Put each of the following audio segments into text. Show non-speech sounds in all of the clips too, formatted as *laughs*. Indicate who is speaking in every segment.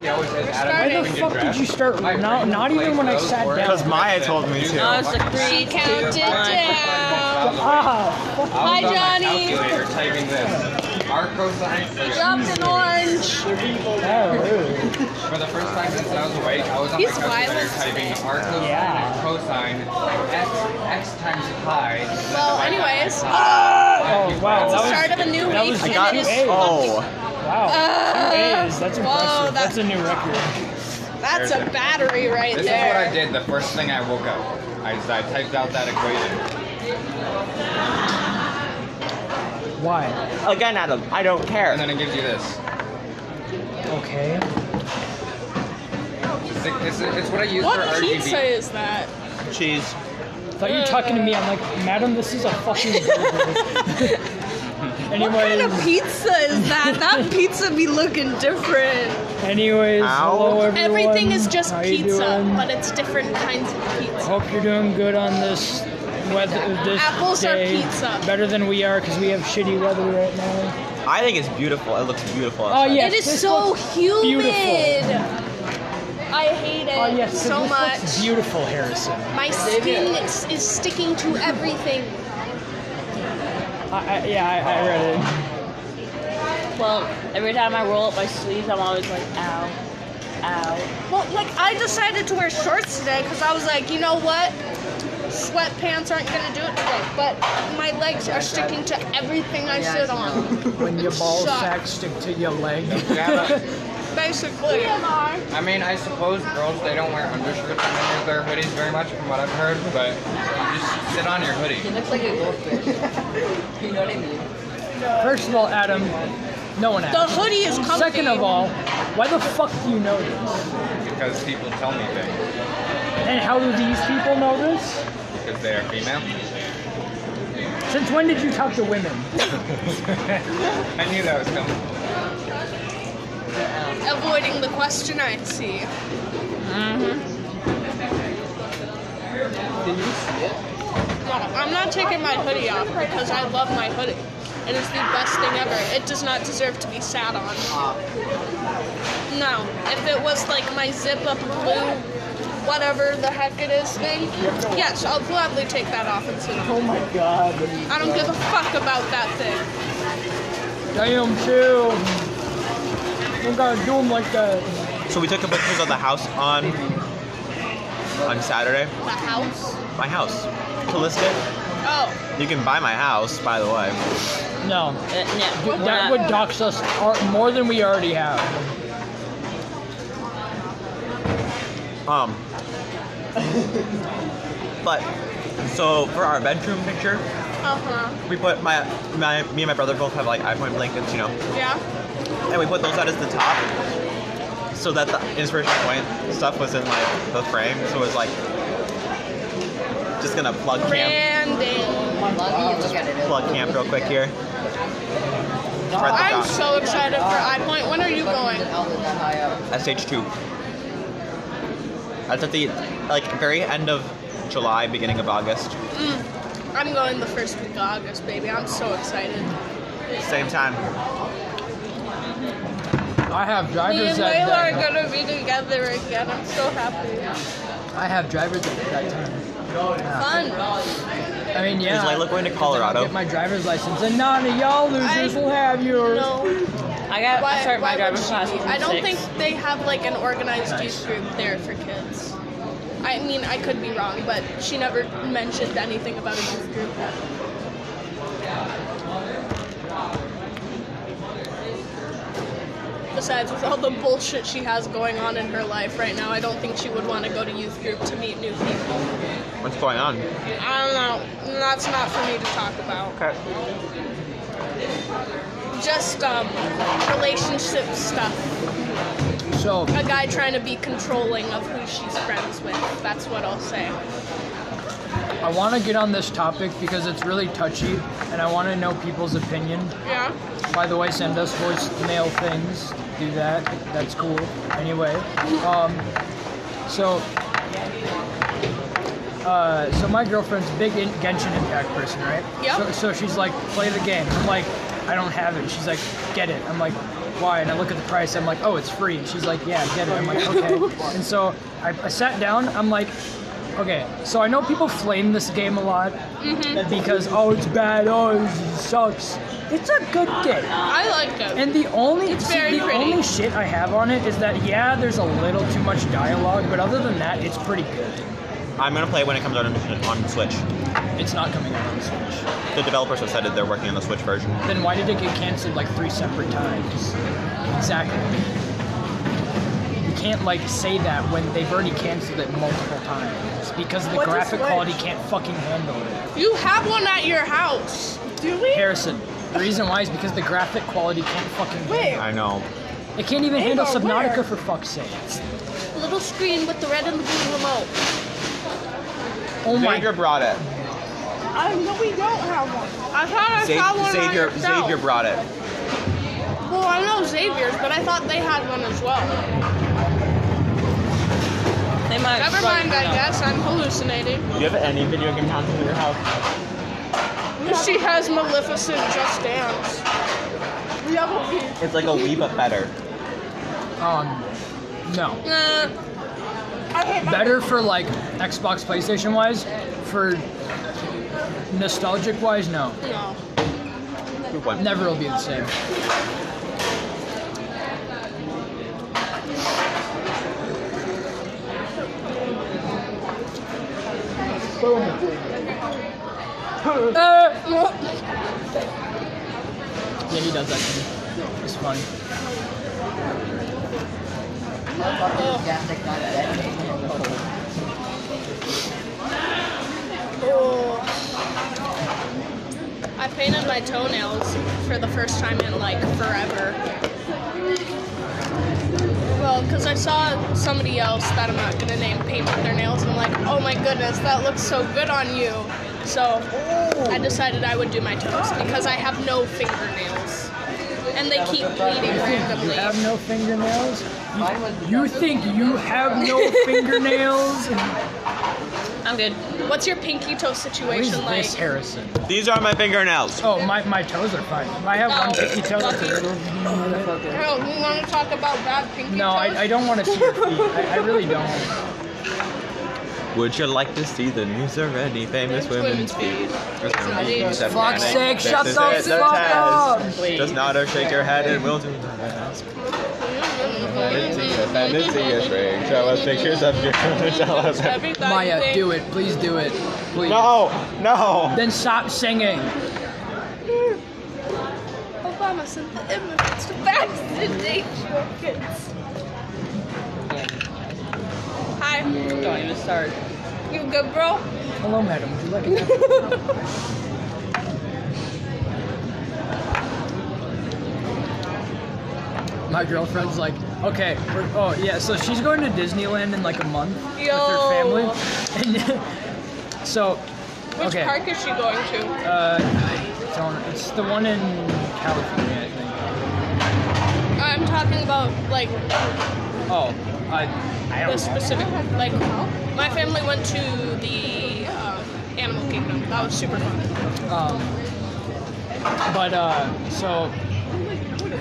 Speaker 1: He always says, Adam,
Speaker 2: Why
Speaker 1: when
Speaker 2: the
Speaker 1: you
Speaker 2: fuck
Speaker 1: dress-
Speaker 2: did you start?
Speaker 1: My
Speaker 2: Not,
Speaker 1: friend
Speaker 2: not even
Speaker 1: plays
Speaker 2: when I
Speaker 1: those
Speaker 2: sat
Speaker 1: words.
Speaker 2: down.
Speaker 3: Because Maya told me to.
Speaker 4: Oh, it's the three
Speaker 1: Two,
Speaker 4: counted
Speaker 1: one.
Speaker 4: down.
Speaker 2: Ah, fuck.
Speaker 1: I was
Speaker 4: Hi,
Speaker 1: on my
Speaker 4: Johnny.
Speaker 1: calculator typing this. Our cosine for-
Speaker 4: Dropped an orange.
Speaker 2: Oh, ew.
Speaker 1: for the first time since I was awake, I was on
Speaker 4: He's
Speaker 1: my calculator
Speaker 4: violent
Speaker 1: typing
Speaker 4: today.
Speaker 1: our cosine
Speaker 2: Yeah.
Speaker 1: and cosine x x times pi.
Speaker 4: Well, anyways,
Speaker 2: Oh, wow.
Speaker 1: It's the
Speaker 2: That
Speaker 4: start
Speaker 2: was,
Speaker 4: of a new
Speaker 2: that
Speaker 4: week
Speaker 2: was-
Speaker 4: and
Speaker 3: I got
Speaker 4: it is
Speaker 3: oh,
Speaker 2: wow.
Speaker 4: Uh,
Speaker 2: Two A's. That's impressive.
Speaker 4: whoa, that-
Speaker 2: That's a new record.
Speaker 4: That's a battery right
Speaker 1: This is what I
Speaker 4: there.
Speaker 1: did the first thing I woke up. I, I typed out that equation.
Speaker 2: Why?
Speaker 3: again, Adam. I don't
Speaker 1: And
Speaker 3: care.
Speaker 1: then it gives you this.
Speaker 2: Okay.
Speaker 1: It's, it's, it's what I use for
Speaker 4: What
Speaker 1: RGB.
Speaker 4: pizza is that?
Speaker 3: Cheese.
Speaker 2: thought you were talking to me. I'm like, madam, this is a
Speaker 4: *laughs*
Speaker 2: fucking. burger."
Speaker 4: What kind of
Speaker 2: anyways,
Speaker 4: pizza is that? That pizza be looking different.
Speaker 2: anyways,
Speaker 3: Ow.
Speaker 2: hello everyone.
Speaker 4: Everything is just
Speaker 2: How you
Speaker 4: pizza,
Speaker 2: doing?
Speaker 4: but it's different kinds of pizza.
Speaker 2: Hope you're doing good on this weather. This
Speaker 4: Apples are
Speaker 2: day.
Speaker 4: pizza.
Speaker 2: Better than we are because we have shitty weather right now.
Speaker 3: I think it's beautiful. It looks beautiful.
Speaker 2: Oh
Speaker 3: outside.
Speaker 2: yeah.
Speaker 4: It is
Speaker 2: this
Speaker 4: so
Speaker 2: looks
Speaker 4: humid.
Speaker 2: Beautiful.
Speaker 4: I hate
Speaker 2: Oh
Speaker 4: it
Speaker 2: yes,
Speaker 4: so
Speaker 2: this
Speaker 4: much.
Speaker 2: Looks beautiful, Harrison.
Speaker 4: My skin is, is sticking to everything.
Speaker 2: I, I, yeah, I, I read
Speaker 5: Well, every time I roll up my sleeves, I'm always like, ow, ow. Uh,
Speaker 4: Well, like I decided to wear shorts today because I was like, you know what? Sweatpants aren't gonna do it today. But my legs are sticking to everything I sit on,
Speaker 2: it. When your ball
Speaker 4: Shut.
Speaker 2: sack stick to your leg.
Speaker 1: Yeah,
Speaker 4: basically.
Speaker 1: I mean, I suppose girls, they don't wear undershirts under their hoodies very much, from what I've heard, but you just sit on your hoodie.
Speaker 6: looks like a goldfish. you know what I mean?
Speaker 2: First of all, Adam, no one
Speaker 4: The
Speaker 2: asked.
Speaker 4: hoodie is comfy.
Speaker 2: Second of all, why the fuck do you know this?
Speaker 1: Because people tell me things.
Speaker 2: And how do these people know this?
Speaker 1: Because they are female.
Speaker 2: Since when did you talk to women?
Speaker 1: I knew that was coming.
Speaker 4: avoiding the question I'd see.
Speaker 6: Did you see it?
Speaker 4: No, I'm not taking my hoodie off because I love my hoodie. It is the best thing ever. It does not deserve to be sat on. No, if it was like my zip up blue, whatever the heck it is thing, yes, I'll gladly take that off and sit on.
Speaker 2: Oh my god.
Speaker 4: I don't give a fuck about that thing.
Speaker 2: Damn, chill. You gotta do 'em like that.
Speaker 3: So we took the pictures of the house on on Saturday.
Speaker 4: The house?
Speaker 3: My house. Callista,
Speaker 4: Oh,
Speaker 3: you can buy my house, by the way.
Speaker 2: No.
Speaker 5: Uh, no, we're
Speaker 2: That
Speaker 5: not.
Speaker 2: would dox us ar- more than we already have.
Speaker 3: Um. But so for our bedroom picture,
Speaker 4: uh huh.
Speaker 3: we put my my me and my brother both have like iPhone blankets, you know,
Speaker 4: Yeah.
Speaker 3: and we put those out as the top, so that the inspiration point stuff was in like the frame. So it was like just gonna plug camp,
Speaker 4: Branding.
Speaker 6: Love you. Look at it. It's
Speaker 3: plug camp real quick here.
Speaker 2: Oh,
Speaker 3: Spread the
Speaker 4: I'm
Speaker 3: doc.
Speaker 4: so excited for iPoint. When are you going?
Speaker 6: an L in that high up.
Speaker 3: That's stage two. That's at the like very end of July, beginning of August.
Speaker 4: I'm going the first week of August, baby. I'm so excited.
Speaker 3: Same time.
Speaker 2: I have
Speaker 4: Me and
Speaker 2: drivers
Speaker 4: Layla are
Speaker 2: that, that
Speaker 4: gonna be together again. I'm so happy.
Speaker 2: I have drivers at that time.
Speaker 4: Fun.
Speaker 2: I mean, yeah.
Speaker 3: Is Layla going to
Speaker 2: I'll
Speaker 3: Colorado?
Speaker 2: get my driver's license, and none of y'all losers
Speaker 4: I-
Speaker 2: will have yours.
Speaker 4: No.
Speaker 5: I got I started my driver's class. when
Speaker 4: I
Speaker 5: was
Speaker 4: don't
Speaker 5: six.
Speaker 4: think they have like an organized youth group there for kids. I mean, I could be wrong, but she never mentioned anything about a youth group. Besides, with all the bullshit she has going on in her life right now, I don't think she would want to go to youth group to meet new people.
Speaker 3: What's going on?
Speaker 4: I don't know. That's not for me to talk about.
Speaker 3: Okay.
Speaker 4: Just um, relationship stuff.
Speaker 2: So,
Speaker 4: A guy trying to be controlling of who she's friends with. That's what I'll say.
Speaker 2: I want to get on this topic because it's really touchy, and I want to know people's opinion.
Speaker 4: Yeah.
Speaker 2: By the way, send us voicemail things. Do that. That's cool. Anyway, um, so uh, so my girlfriend's big in- Genshin Impact person, right?
Speaker 4: Yep.
Speaker 2: So, so she's like, play the game. I'm like, I don't have it. She's like, get it. I'm like, why. And I look at the price. I'm like, oh, it's free. And she's like, yeah, get it. I'm like, okay. and so I, I sat down. I'm like, okay. So I know people flame this game a lot because oh, it's bad. Oh, it sucks. It's a good game.
Speaker 4: I liked it.
Speaker 2: And the only see,
Speaker 4: very
Speaker 2: the
Speaker 4: pretty.
Speaker 2: only shit I have on it is that yeah, there's a little too much dialogue, but other than that, it's pretty good.
Speaker 3: I'm gonna play it when it comes out on, on Switch.
Speaker 2: It's not coming out on Switch.
Speaker 3: The developers have said that they're working on the Switch version.
Speaker 2: Then why did it get canceled like three separate times? Exactly. You can't like say that when they've already canceled it multiple times because the
Speaker 7: What's a
Speaker 2: graphic
Speaker 7: Switch?
Speaker 2: quality can't fucking handle it.
Speaker 4: You have one at your house.
Speaker 7: Do we?
Speaker 2: Harrison, the reason why is because the graphic quality can't fucking.
Speaker 7: Wait.
Speaker 3: I know.
Speaker 2: handle it. It can't even handle
Speaker 7: Ava,
Speaker 2: Subnautica
Speaker 7: where?
Speaker 2: for fuck's sake.
Speaker 4: Little screen with the red and the blue remote.
Speaker 2: Oh my
Speaker 3: Xavier brought it.
Speaker 7: I no, we don't have one.
Speaker 4: I thought I saw
Speaker 3: Xav-
Speaker 4: one on
Speaker 3: Xavier,
Speaker 4: your shelf.
Speaker 3: Xavier brought it.
Speaker 4: Well, I know Xavier's, but I thought they had one as well.
Speaker 5: They might
Speaker 4: Never
Speaker 5: struggle
Speaker 4: mind, I
Speaker 5: now.
Speaker 4: guess. I'm hallucinating.
Speaker 3: Do you have any video game consoles in your house?
Speaker 4: She has Maleficent Just Dance.
Speaker 7: We have a Wii.
Speaker 3: It's like a Wii but better.
Speaker 2: Um, no.
Speaker 4: Nah,
Speaker 7: I hate my
Speaker 2: better for like Xbox, PlayStation wise. For nostalgic wise, no.
Speaker 4: no.
Speaker 3: Who won?
Speaker 2: Never will be the same. Uh, yeah, he does that to me. It's fun.
Speaker 6: Fantastic, not dead.
Speaker 4: I painted my toenails for the first time in like forever. Well, because I saw somebody else that I'm not gonna name paint their nails, and I'm like, oh my goodness, that looks so good on you. So I decided I would do my toes because I have no fingernails, and they keep bleeding
Speaker 2: You have
Speaker 4: randomly.
Speaker 2: no fingernails?
Speaker 6: Mine was
Speaker 2: You think you have
Speaker 6: *laughs*
Speaker 2: no fingernails?
Speaker 5: I'm good.
Speaker 4: What's your pinky toe
Speaker 2: What is
Speaker 4: situation like?
Speaker 2: this, Harrison?
Speaker 3: These are my fingernails.
Speaker 2: Oh, my, my toes are fine. I have one
Speaker 4: Oh,
Speaker 2: pinky toe that's a
Speaker 4: lucky.
Speaker 2: little.
Speaker 4: Girl, we want to talk about bad pinky
Speaker 2: No,
Speaker 4: toes?
Speaker 2: I, I don't want to see your feet. I, I really don't.
Speaker 3: Would you like to see the news or any famous women's feet? There's no
Speaker 4: Indeed.
Speaker 3: reason to
Speaker 2: Fuck's
Speaker 3: panic.
Speaker 2: sake,
Speaker 3: This
Speaker 2: shut
Speaker 3: is
Speaker 2: the
Speaker 3: it,
Speaker 2: fuck
Speaker 3: test.
Speaker 2: up.
Speaker 3: Just nod or shake your head and we'll do the rest.
Speaker 4: Mm-hmm.
Speaker 3: Show us pictures of your Show us-
Speaker 2: Maya, do it. Please do it. Please.
Speaker 3: No, no.
Speaker 2: Then stop singing.
Speaker 4: Obama sent the immigrants to vaccinate your kids. Hi,
Speaker 5: Don't even start.
Speaker 4: you good, bro?
Speaker 2: Hello, madam. Would you like a cup? My girlfriend's like, okay, we're, oh yeah, so she's going to Disneyland in like a month
Speaker 4: Yo.
Speaker 2: with her family. *laughs* And so,
Speaker 4: Which
Speaker 2: okay,
Speaker 4: park is she going to?
Speaker 2: uh, I don't, it's the one in California, I think.
Speaker 4: I'm talking about like
Speaker 2: Oh, I, I
Speaker 4: the
Speaker 2: don't know.
Speaker 4: specific. Like, my family went to the uh, Animal Kingdom. That was super fun.
Speaker 2: Um, but uh, so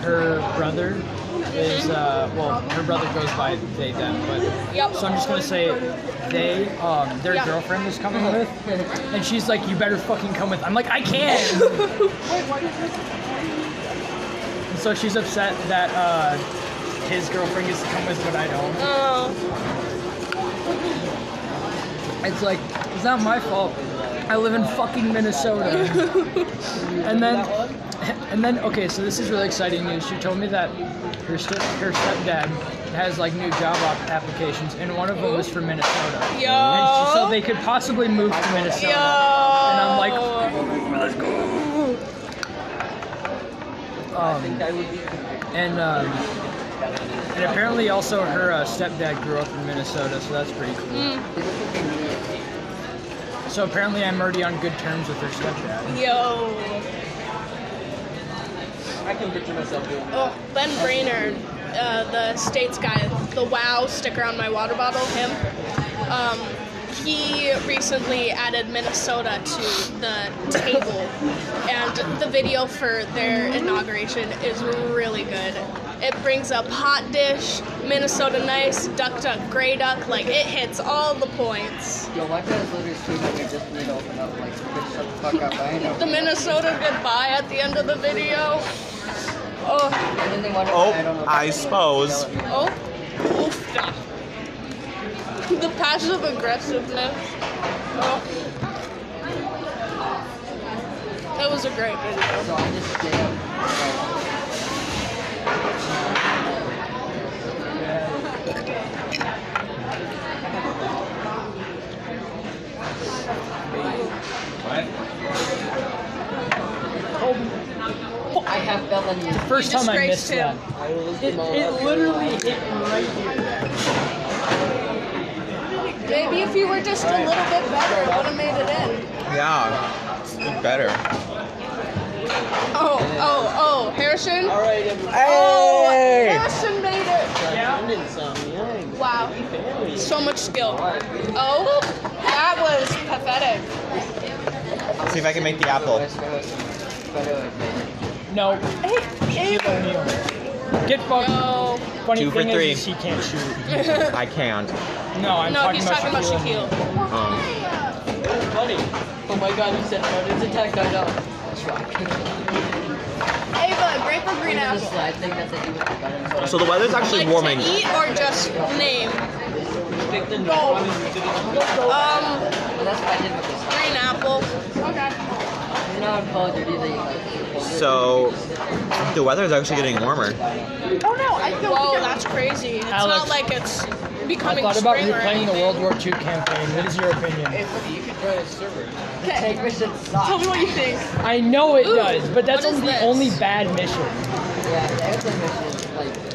Speaker 2: her brother is uh, well, her brother goes by they them, but
Speaker 4: Yep.
Speaker 2: so I'm just gonna say they um, their
Speaker 4: Yeah.
Speaker 2: girlfriend was coming with, and she's like, "You better fucking come with." I'm like,
Speaker 4: *laughs*
Speaker 2: "I can't." And so she's upset that uh, his girlfriend gets to come with, but I don't.
Speaker 4: Oh,
Speaker 2: It's like, it's not my fault. I live in fucking Minnesota.
Speaker 4: *laughs*
Speaker 2: and then, and then, okay, so this is really exciting news. She told me that her, step, her stepdad has like new job op- applications, and one of them was for Minnesota.
Speaker 4: yo.
Speaker 2: And she- so they
Speaker 4: Oh.
Speaker 2: could possibly move to Minnesota.
Speaker 4: Yo.
Speaker 2: And I'm like, Um, and um, and apparently also her uh, stepdad grew up in Minnesota, so that's pretty cool.
Speaker 4: Hmm.
Speaker 2: So apparently I'm already on good terms with her stepdad.
Speaker 4: Yo. I can picture myself doing that. Oh, Ben Brainerd, uh, the states guy, the wow sticker on my water bottle, him. Um, he recently added Minnesota to the table, and the video for their inauguration is really good. It brings up hot dish, Minnesota nice, duck duck, gray duck. Like it hits all the points.
Speaker 8: Yo, why can't those losers team like just need to open up? Like, bitch, shut the fuck up. I ain't
Speaker 4: The
Speaker 8: open.
Speaker 4: Minnesota goodbye at the end of the video. Oh,
Speaker 8: And then they want to.
Speaker 3: Oh,
Speaker 8: I, don't know if
Speaker 3: I
Speaker 8: that's what
Speaker 3: suppose.
Speaker 8: they're yelling.
Speaker 4: oh, oof. da. The passive aggressiveness. Oh. That was a great video.
Speaker 8: So I just stay up. Like,
Speaker 1: What?
Speaker 8: I have felonies.
Speaker 2: First
Speaker 4: You
Speaker 2: time I missed
Speaker 4: disgraced him.
Speaker 2: that.
Speaker 8: I will lose
Speaker 2: It,
Speaker 8: them all.
Speaker 2: it literally hit me right here.
Speaker 4: Maybe if you were just a little bit better, it would have made it in.
Speaker 3: Yeah, it's better.
Speaker 4: Oh, oh, oh, Harrison?
Speaker 8: All right, everybody.
Speaker 4: Oh, Harrison made it.
Speaker 8: I'm in some. Yeah.
Speaker 4: Wow. So much skill. Oh, that was pathetic.
Speaker 3: See if I can make the apple.
Speaker 2: No,
Speaker 4: Hey,
Speaker 2: Shaquille O'Neal. Get fucked.
Speaker 4: No.
Speaker 2: Funny
Speaker 3: Two for
Speaker 2: thing is,
Speaker 3: three.
Speaker 2: is he
Speaker 4: *laughs*
Speaker 2: can't shoot.
Speaker 3: I can't.
Speaker 2: No, I'm
Speaker 4: No,
Speaker 2: talking
Speaker 4: he's
Speaker 2: about
Speaker 4: talking about Shaquille.
Speaker 3: Um,
Speaker 8: Buddy. Oh my god, you said no. It's attacked on dog. That's right.
Speaker 4: Ava, grape or green
Speaker 8: There's a
Speaker 4: apple?
Speaker 8: slide thing that they do with the gun.
Speaker 3: so the weather's actually
Speaker 4: Like
Speaker 3: warming.
Speaker 4: to eat or just name? Both. Um,
Speaker 8: Well, that's what I did with this.
Speaker 4: green apple.
Speaker 8: You know how in Call of Duty they like.
Speaker 3: So the weather's actually getting
Speaker 9: Oh
Speaker 3: warmer.
Speaker 9: no, I don't
Speaker 4: Whoa,
Speaker 9: think I-
Speaker 4: that's crazy. It's
Speaker 2: Alex.
Speaker 4: not like it's
Speaker 2: I
Speaker 4: becoming
Speaker 2: thought about
Speaker 4: spring or
Speaker 2: replaying the
Speaker 4: anything.
Speaker 2: World War II campaign. What is your opinion?
Speaker 8: you could try a server.
Speaker 9: Okay.
Speaker 8: Take mission
Speaker 9: Tell
Speaker 8: sucks.
Speaker 9: me what you think.
Speaker 2: I know it
Speaker 4: Ooh,
Speaker 2: does, but that's
Speaker 4: what is
Speaker 2: only the
Speaker 4: this?
Speaker 2: only bad mission.
Speaker 8: Yeah, that was a mission. Like,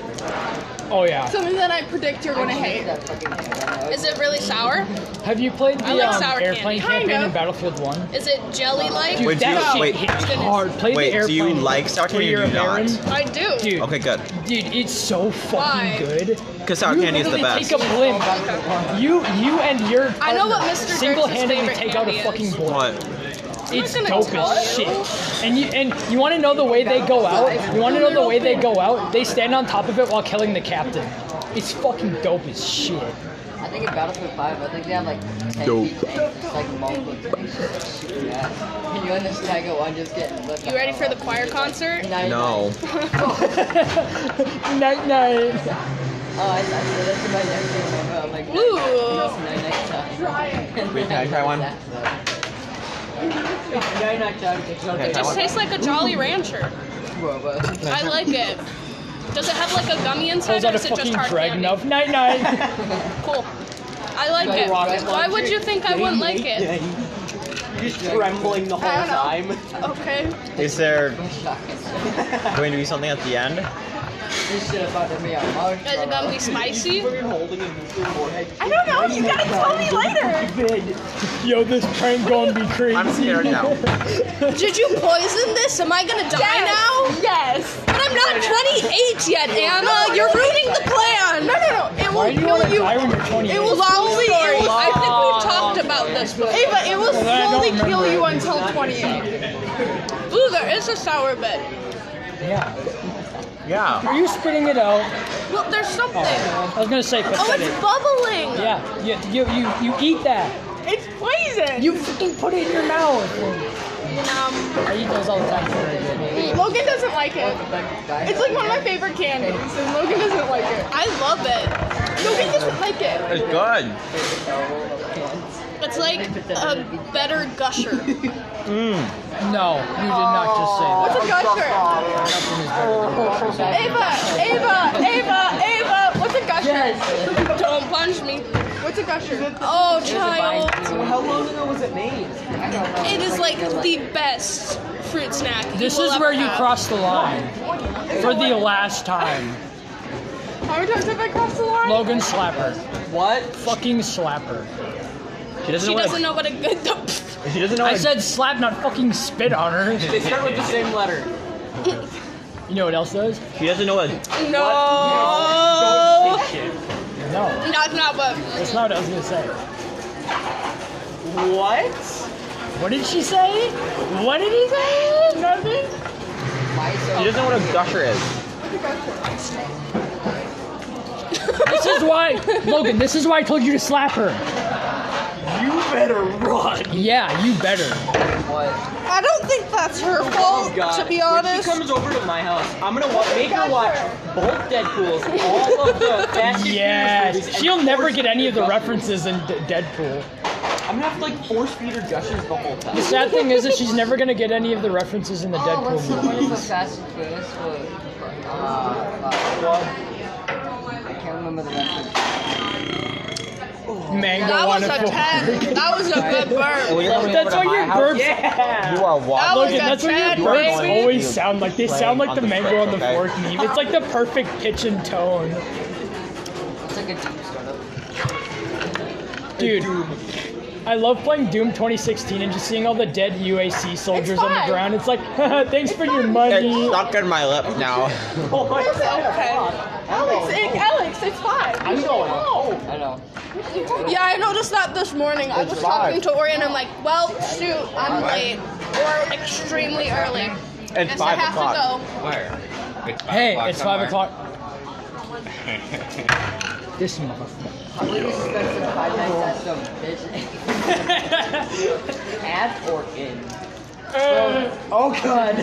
Speaker 2: Oh yeah.
Speaker 9: Something that I predict you're gonna
Speaker 8: I
Speaker 9: hate.
Speaker 8: hate that fucking game.
Speaker 4: Is it really sour?
Speaker 2: Have you played
Speaker 4: I
Speaker 2: the
Speaker 4: like
Speaker 2: um,
Speaker 4: sour candy.
Speaker 2: airplane
Speaker 9: Kind
Speaker 2: campaign
Speaker 9: of.
Speaker 2: in Battlefield One?
Speaker 4: Is it jelly like?
Speaker 2: Dude,
Speaker 3: Wait, do
Speaker 2: that
Speaker 3: you-
Speaker 2: shit
Speaker 3: wait.
Speaker 2: hit
Speaker 4: Goodness.
Speaker 2: hard. Play
Speaker 3: Wait,
Speaker 2: the
Speaker 3: do you
Speaker 2: airplane.
Speaker 3: like sour candy or
Speaker 2: You're
Speaker 3: do you not?
Speaker 2: Aaron.
Speaker 4: I do.
Speaker 2: Dude,
Speaker 3: Okay, good.
Speaker 2: dude, it's so fucking
Speaker 4: Why?
Speaker 2: good.
Speaker 3: Because sour
Speaker 2: you
Speaker 3: candy is the
Speaker 2: literally
Speaker 3: best.
Speaker 2: Take a blimp. You, you and your partner
Speaker 4: I know what Mr. Dirks'
Speaker 2: single-handedly
Speaker 4: favorite
Speaker 2: take out a
Speaker 4: candy
Speaker 2: fucking
Speaker 4: is.
Speaker 2: blimp.
Speaker 3: What?
Speaker 2: It's
Speaker 4: not gonna
Speaker 2: dope as
Speaker 4: tell you.
Speaker 2: shit. And you and you want to know the way they go out? You want to know the way they go out? They stand on top of it while killing the captain. It's fucking dope as shit.
Speaker 8: I think in Battlefield 5, I think they have like 10
Speaker 3: Dope.
Speaker 8: feet tanks, like multiple tanks just like, shooting at. And you and this tag one just getting lit.
Speaker 4: You ready for the choir concert?
Speaker 8: Night,
Speaker 3: No.
Speaker 2: night night.
Speaker 8: Oh, I, I said that's in my next one. but I'm like, night,
Speaker 4: Ooh.
Speaker 8: night, night, night, night, night, night, night,
Speaker 3: Wait, can I try one?
Speaker 8: Night, night, night, it's not
Speaker 3: Can I
Speaker 8: that
Speaker 3: try
Speaker 4: Just
Speaker 3: one?
Speaker 4: tastes like a Jolly Rancher.
Speaker 8: cool, but-
Speaker 4: I like it. Does it have like a gummy inside
Speaker 2: Pulls
Speaker 4: or
Speaker 2: out Oh, a
Speaker 4: is it just
Speaker 2: fucking
Speaker 4: hard candy?
Speaker 2: Dragunov. Night night.
Speaker 4: Cool. I like it.
Speaker 8: rocket
Speaker 4: Why would you think I wouldn't like it?
Speaker 10: trembling the whole
Speaker 4: I
Speaker 10: time.
Speaker 4: Okay.
Speaker 3: Is there
Speaker 8: Shocking.
Speaker 3: going to be something at the end?
Speaker 8: This shit about to be a large
Speaker 4: Is it gonna be spicy?
Speaker 10: You're holding it in your forehead.
Speaker 9: I don't know. You gotta tell me later.
Speaker 2: Yo, this prank gonna be crazy.
Speaker 3: I'm scared now.
Speaker 4: Did you poison this? Am I gonna die now?
Speaker 9: Yes.
Speaker 4: But I'm not 28 yet, Anna. You're ruining the plan. No, no, no. It will
Speaker 2: Why do you
Speaker 4: kill
Speaker 2: want to
Speaker 4: you.
Speaker 2: die when you're 28?
Speaker 4: It will slowly. It will, I think we've talked about this. before.
Speaker 9: Ava, it will
Speaker 2: Well, I don't
Speaker 9: slowly kill
Speaker 2: remember
Speaker 9: you
Speaker 2: it.
Speaker 9: until 28.
Speaker 4: Ooh, there is a sour bit.
Speaker 2: yeah.
Speaker 3: Yeah.
Speaker 2: Are you spitting it out?
Speaker 4: Well, there's something.
Speaker 2: I was gonna say
Speaker 4: Oh,
Speaker 2: pathetic.
Speaker 9: *laughs*
Speaker 4: it's bubbling.
Speaker 2: yeah, you, you you you eat that.
Speaker 9: It's poison.
Speaker 2: You fucking put it in your mouth.
Speaker 4: Um,
Speaker 2: I eat those all the time. They're very good.
Speaker 9: Logan doesn't like it. It's like one of my favorite candies, and Logan doesn't like it.
Speaker 4: I love it.
Speaker 9: Logan doesn't like it.
Speaker 3: It's good.
Speaker 4: It's like a better gusher.
Speaker 3: Mmm.
Speaker 2: No, you did not just say that.
Speaker 9: What's a gusher? Ava, Ava, Ava, Ava. What's a gusher?
Speaker 4: Don't punch me.
Speaker 9: What's a gusher?
Speaker 4: Oh, child.
Speaker 10: How long ago was it made?
Speaker 4: It is like the best fruit snack. you
Speaker 2: This
Speaker 4: will
Speaker 2: is
Speaker 4: ever
Speaker 2: where you
Speaker 4: have.
Speaker 2: cross the line for the last time.
Speaker 9: How many times have I crossed the line?
Speaker 2: Logan Slapper,
Speaker 10: What?
Speaker 2: fucking Slapper.
Speaker 3: She doesn't
Speaker 4: She
Speaker 3: know.
Speaker 4: doesn't
Speaker 3: What
Speaker 4: know what a good. The,
Speaker 3: a, she doesn't know.
Speaker 2: I
Speaker 3: What a,
Speaker 2: said slap, not fucking spit on her. *laughs*
Speaker 10: They start with the same letter.
Speaker 2: You know what else does?
Speaker 3: she doesn't know. What, a-
Speaker 4: no.
Speaker 2: No,
Speaker 4: Knock knock, but
Speaker 2: that's not what I was gonna say.
Speaker 10: What?
Speaker 2: What did she say? What did he say? Nothing.
Speaker 3: she doesn't know what a gusher is.
Speaker 2: This is why, Logan, this is why I told you to slap her.
Speaker 11: You better run.
Speaker 2: Yeah, you better.
Speaker 11: What? Oh
Speaker 7: I don't think that's her fault,
Speaker 11: God.
Speaker 7: to be
Speaker 11: When
Speaker 7: honest.
Speaker 11: she comes over to my house, I'm gonna wa- make her watch both Deadpool's, all of the Fast and Furious movies,
Speaker 2: Yes.
Speaker 11: and
Speaker 2: She'll never
Speaker 11: force
Speaker 2: get any of the
Speaker 11: feed her
Speaker 2: references in D- Deadpool.
Speaker 11: gushers. I'm gonna have to like force feed her gushes the whole time.
Speaker 2: The sad thing is that she's never gonna get any of the references in the
Speaker 8: Oh, what's
Speaker 2: Deadpool
Speaker 8: the
Speaker 2: movie.
Speaker 8: one for Fast and Furious? For, for, uh, uh, I can't remember the reference.
Speaker 2: Mango
Speaker 4: That
Speaker 2: on
Speaker 4: was
Speaker 2: a
Speaker 4: a
Speaker 2: fork.
Speaker 4: 10. That was a good burn.
Speaker 2: That's why your burps,
Speaker 11: Yeah.
Speaker 3: You are
Speaker 4: That was
Speaker 3: wild.
Speaker 2: Logan.
Speaker 4: a
Speaker 2: That's why
Speaker 4: 10,
Speaker 2: your burps
Speaker 4: baby.
Speaker 2: always sound like they sound like
Speaker 3: on
Speaker 2: the
Speaker 3: the
Speaker 2: mango
Speaker 3: stretch,
Speaker 2: on the
Speaker 3: okay?
Speaker 2: fork meme. It's like the perfect pitch and tone,
Speaker 8: It's like a deep startup.
Speaker 2: dude. I love playing Doom 2016 and just seeing all the dead UAC soldiers on the
Speaker 4: fun.
Speaker 2: ground. It's like, *laughs* thanks for your money.
Speaker 3: It's stuck in my lip now.
Speaker 11: Oh my god.
Speaker 4: *laughs* Okay.
Speaker 11: Alex,
Speaker 4: It's- Alex, it's fine.
Speaker 11: I'm going home.
Speaker 8: I know.
Speaker 4: Yeah, I noticed that this morning. I was talking to Ori and I'm like, well, shoot, I'm late or extremely early.
Speaker 3: At
Speaker 4: Guess I
Speaker 3: five
Speaker 4: have to
Speaker 3: o'clock.
Speaker 4: go.
Speaker 1: Where? It's five
Speaker 2: Hey,
Speaker 1: o'clock
Speaker 2: it's five
Speaker 1: somewhere.
Speaker 2: o'clock. This motherfucker.
Speaker 8: Probably discussed in Five Nights at Freddy's, bitch. *laughs* At or in?
Speaker 2: Uh,
Speaker 11: Oh god.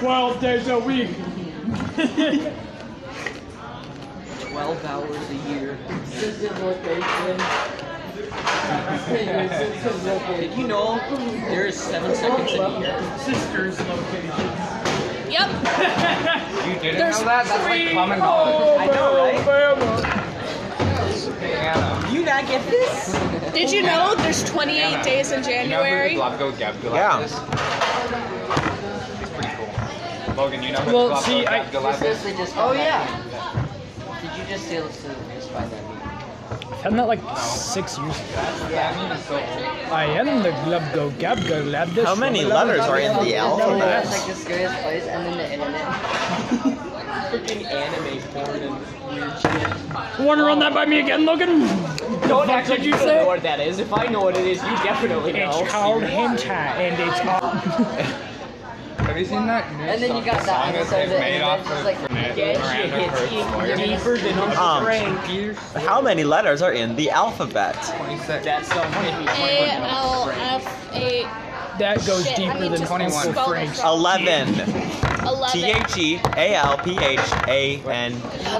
Speaker 2: Twelve days a week.
Speaker 11: Twelve hours a year. Did you know there is seven seconds in a year?
Speaker 2: Sisters location.
Speaker 4: Yep.
Speaker 1: You didn't know that? That's like common knowledge.
Speaker 11: I know, right?
Speaker 1: Hey, Anna.
Speaker 11: Do you not get this?
Speaker 4: Did you know there's 28 days in
Speaker 1: You know who
Speaker 4: January?
Speaker 1: the Globgo Gabgulab
Speaker 3: Yeah.
Speaker 1: is? It's pretty cool. Logan, you know who
Speaker 2: Well,
Speaker 1: the Globgo
Speaker 2: see, I-
Speaker 1: Gabgulab is?
Speaker 8: Seriously, just Oh, yeah. Did you just say let's just find that meeting?
Speaker 2: I'm not like six years ago.
Speaker 1: That meme is so old.
Speaker 2: I am the glub go gab go lab. the
Speaker 3: How many
Speaker 2: shubba lubba
Speaker 3: letters are in the alphabet?
Speaker 8: It's like the scariest place, and then the internet.
Speaker 11: Freaking anime porn and weird shit.
Speaker 2: lab. Wanna run that by me again, Logan? fuck
Speaker 11: Don't act like
Speaker 2: did
Speaker 11: you
Speaker 2: you
Speaker 11: don't
Speaker 2: say?
Speaker 11: know what that is. If I know what it is, you definitely know.
Speaker 2: It's called hentai, and it's all.
Speaker 1: Have you seen that new
Speaker 8: And then you
Speaker 1: song,
Speaker 8: got that
Speaker 1: song that
Speaker 8: episode
Speaker 1: they've
Speaker 8: of it,
Speaker 1: made
Speaker 8: and
Speaker 1: off
Speaker 8: it's just
Speaker 1: of
Speaker 8: like,
Speaker 1: Miranda
Speaker 11: That shit hits
Speaker 1: Hurst's lawyer?
Speaker 11: even deeper than
Speaker 3: Um,
Speaker 11: Uncle Frank.
Speaker 3: How many letters are in the alphabet?
Speaker 1: 26.
Speaker 11: That's so funny.
Speaker 4: A L F A
Speaker 2: That goes
Speaker 4: Shit, I
Speaker 2: deeper
Speaker 4: need
Speaker 2: than
Speaker 4: to
Speaker 2: Uncle
Speaker 4: spell
Speaker 2: Frank's.
Speaker 4: this out.
Speaker 3: Eleven. T
Speaker 4: 11.
Speaker 3: H E A L P H A N T.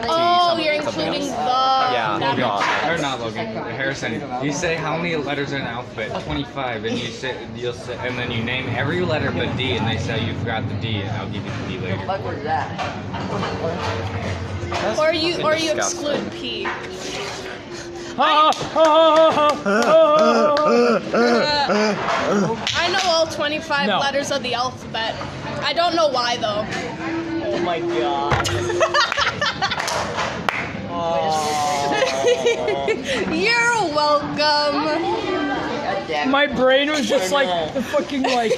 Speaker 4: Oh,
Speaker 3: something-
Speaker 4: you're
Speaker 3: something
Speaker 4: including the.
Speaker 3: else. Yeah.
Speaker 4: That
Speaker 1: Logan,
Speaker 4: makes-
Speaker 1: or not Logan, Harrison. You say how many letters in an alphabet? 25, and you say you'll say, and then you name every letter but D, and they say you forgot the D, and I'll give you the D later.
Speaker 8: fuck was that?
Speaker 3: That's
Speaker 4: Or you
Speaker 3: fucking
Speaker 4: or you
Speaker 3: disgusting.
Speaker 4: exclude P.
Speaker 2: Ah, ah, ah, ah, ah.
Speaker 4: I know all 25
Speaker 2: No.
Speaker 4: letters of the alphabet. I don't know why though.
Speaker 11: Oh my god.
Speaker 4: *laughs* You're welcome.
Speaker 8: God damn it.
Speaker 2: My brain was just like the fucking like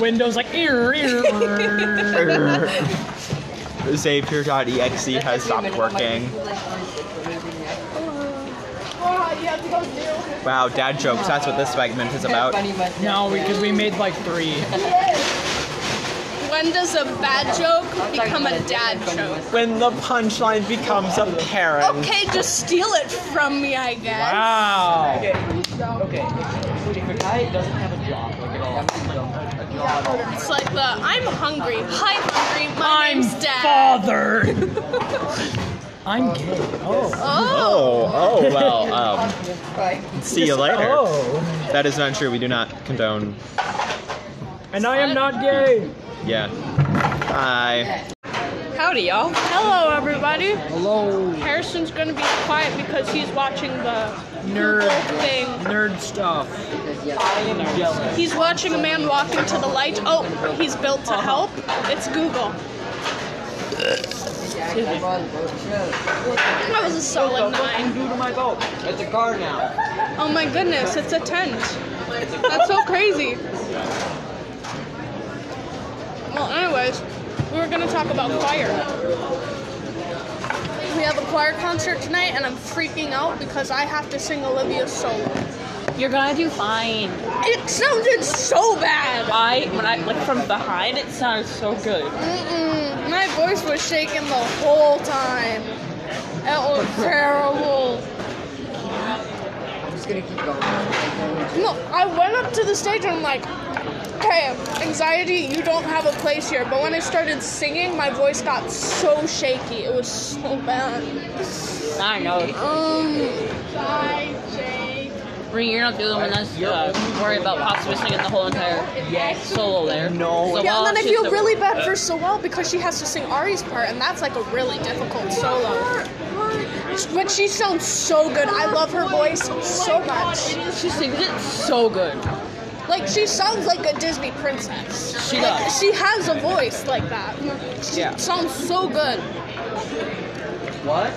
Speaker 2: Windows like ear ear.
Speaker 3: *laughs* Xavier.exe has stopped working. Wow, dad jokes. That's what this segment is about.
Speaker 2: No, because we made like three.
Speaker 4: When does a bad joke become a dad joke?
Speaker 3: When the punchline becomes apparent.
Speaker 4: Okay, just steal it from me, I guess.
Speaker 2: Wow.
Speaker 11: If a guy doesn't have a job, like at all,
Speaker 4: It's like the I'm hungry. Hi, hungry. My
Speaker 2: I'm
Speaker 4: name's Dad. *laughs*
Speaker 2: father. I'm gay. Oh.
Speaker 4: Oh.
Speaker 3: Oh, oh
Speaker 4: *laughs*
Speaker 3: well. Um, see you later.
Speaker 2: Oh.
Speaker 3: That is not true. We do not condone.
Speaker 2: And I am not gay.
Speaker 3: Yeah. Bye.
Speaker 6: Howdy, y'all.
Speaker 4: Hello, everybody.
Speaker 2: Hello.
Speaker 4: Harrison's gonna be quiet because he's watching the
Speaker 2: Nerd.
Speaker 4: whole thing.
Speaker 2: Nerd stuff.
Speaker 11: I am jealous.
Speaker 4: He's watching a man walk into the light. Oh, he's built to help. It's Google. That was a solid nine.
Speaker 11: do to my boat? It's a car now.
Speaker 4: Oh my goodness, it's a tent. That's so crazy. Well, anyways, we were gonna talk about choir. We have a choir concert tonight, and I'm freaking out because I have to sing Olivia's solo.
Speaker 5: You're gonna do fine.
Speaker 4: It sounded so bad.
Speaker 5: I when I like from behind, it sounded so good.
Speaker 4: Mm-mm. My voice was shaking the whole time. It was terrible.
Speaker 8: I'm just gonna keep going.
Speaker 4: No, I went up to the stage and I'm like, hey, anxiety, you don't have a place here. But when I started singing, my voice got so shaky. It was so bad.
Speaker 5: I know.
Speaker 4: Um,
Speaker 5: Ring, you're not the only one that's uh, worried about possibly singing the whole entire solo there. No.
Speaker 4: yeah, and then I feel really bad for Sowell because she has to sing Ari's part, and that's like a really difficult solo. But she sounds so good. I love her voice so much.
Speaker 5: She sings it so good.
Speaker 4: Like she sounds like a Disney princess.
Speaker 5: She
Speaker 4: like,
Speaker 5: does.
Speaker 4: She has a voice like that. She
Speaker 5: Yeah.
Speaker 4: sounds so good.
Speaker 11: What?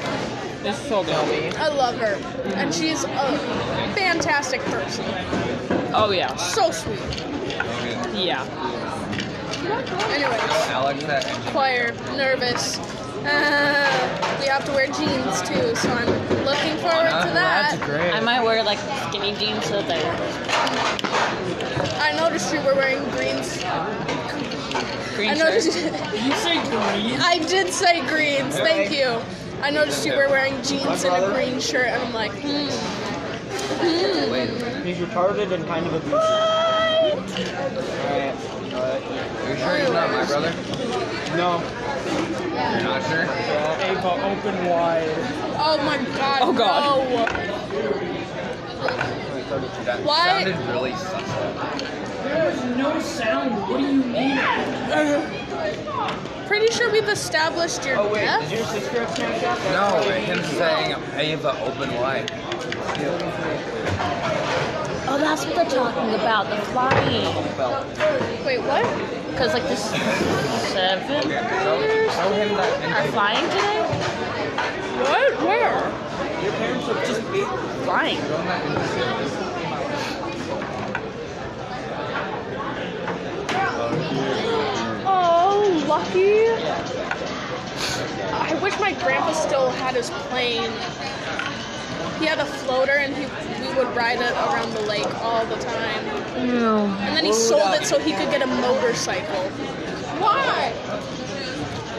Speaker 5: It's so good.
Speaker 4: I love her, and she's a fantastic person.
Speaker 5: Oh yeah.
Speaker 4: So sweet.
Speaker 5: Yeah.
Speaker 4: Anyways,
Speaker 1: I like that engine.
Speaker 4: choir, nervous. Uh, we have to wear jeans too, so I'm looking
Speaker 5: Oh,
Speaker 4: forward to
Speaker 2: That's
Speaker 4: that.
Speaker 2: great.
Speaker 5: I might wear like skinny jeans so that
Speaker 4: I noticed you were wearing greens.
Speaker 5: they're green
Speaker 4: I
Speaker 5: shirts.
Speaker 4: noticed. *laughs*
Speaker 11: You say green?
Speaker 4: I did say greens. Thank you. I noticed you were wearing jeans and a green shirt, and I'm like, hmm.
Speaker 11: He's retarded and kind of abusive. *laughs* Alright. Uh,
Speaker 1: Are you sure he's not my brother?
Speaker 11: no.
Speaker 1: You're not sure?
Speaker 11: Ava, open wide.
Speaker 4: Oh my god.
Speaker 5: Oh God.
Speaker 4: No.
Speaker 1: That
Speaker 4: Why-
Speaker 1: sounded really sus.
Speaker 2: There was no sound. What do you mean?
Speaker 4: Pretty sure we've established your
Speaker 11: Oh, wait.
Speaker 4: death.
Speaker 11: Is your sister a Snapchat?
Speaker 1: No, him saying Ava open wide.
Speaker 5: Oh, that's what they're talking about. The flying.
Speaker 4: Wait, what?
Speaker 5: Cause like this seven players
Speaker 1: Show him that
Speaker 5: are
Speaker 1: engine.
Speaker 5: flying today.
Speaker 4: What? Where?
Speaker 11: Your parents are just beat.
Speaker 5: Flying.
Speaker 4: Oh, lucky. I wish my grandpa still had his plane. He had a floater and he, we would ride it around the lake all the time. And then he sold it so he could get a motorcycle. Why?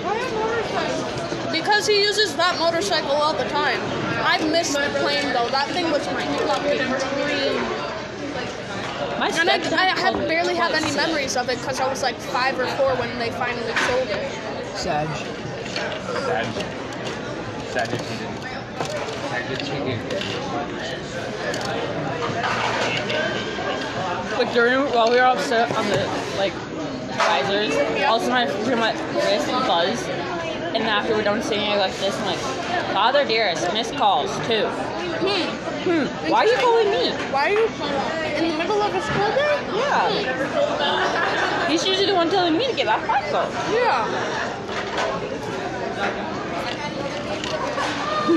Speaker 4: Why a motorcycle? Because he uses that motorcycle all the time. I miss the plane though. That thing was my fucking dream.
Speaker 5: My
Speaker 4: And I,
Speaker 5: stepdad
Speaker 4: I have
Speaker 5: called it
Speaker 4: barely have any
Speaker 5: twice.
Speaker 4: memories of it because I was like five or four when they finally sold it.
Speaker 2: Sag.
Speaker 1: Sad. Sad that she didn't. Sad that she didn't.
Speaker 5: Like during while we were upset on the like risers, also my pretty much wrist buzzed. And after we're done singing I like this, I'm like, Father dearest, missed calls too. Hmm. Why are you calling me?
Speaker 4: Why are you in the middle of a school day?
Speaker 5: Yeah. He's usually the one telling me to get off my phone.
Speaker 4: Yeah.
Speaker 5: *laughs*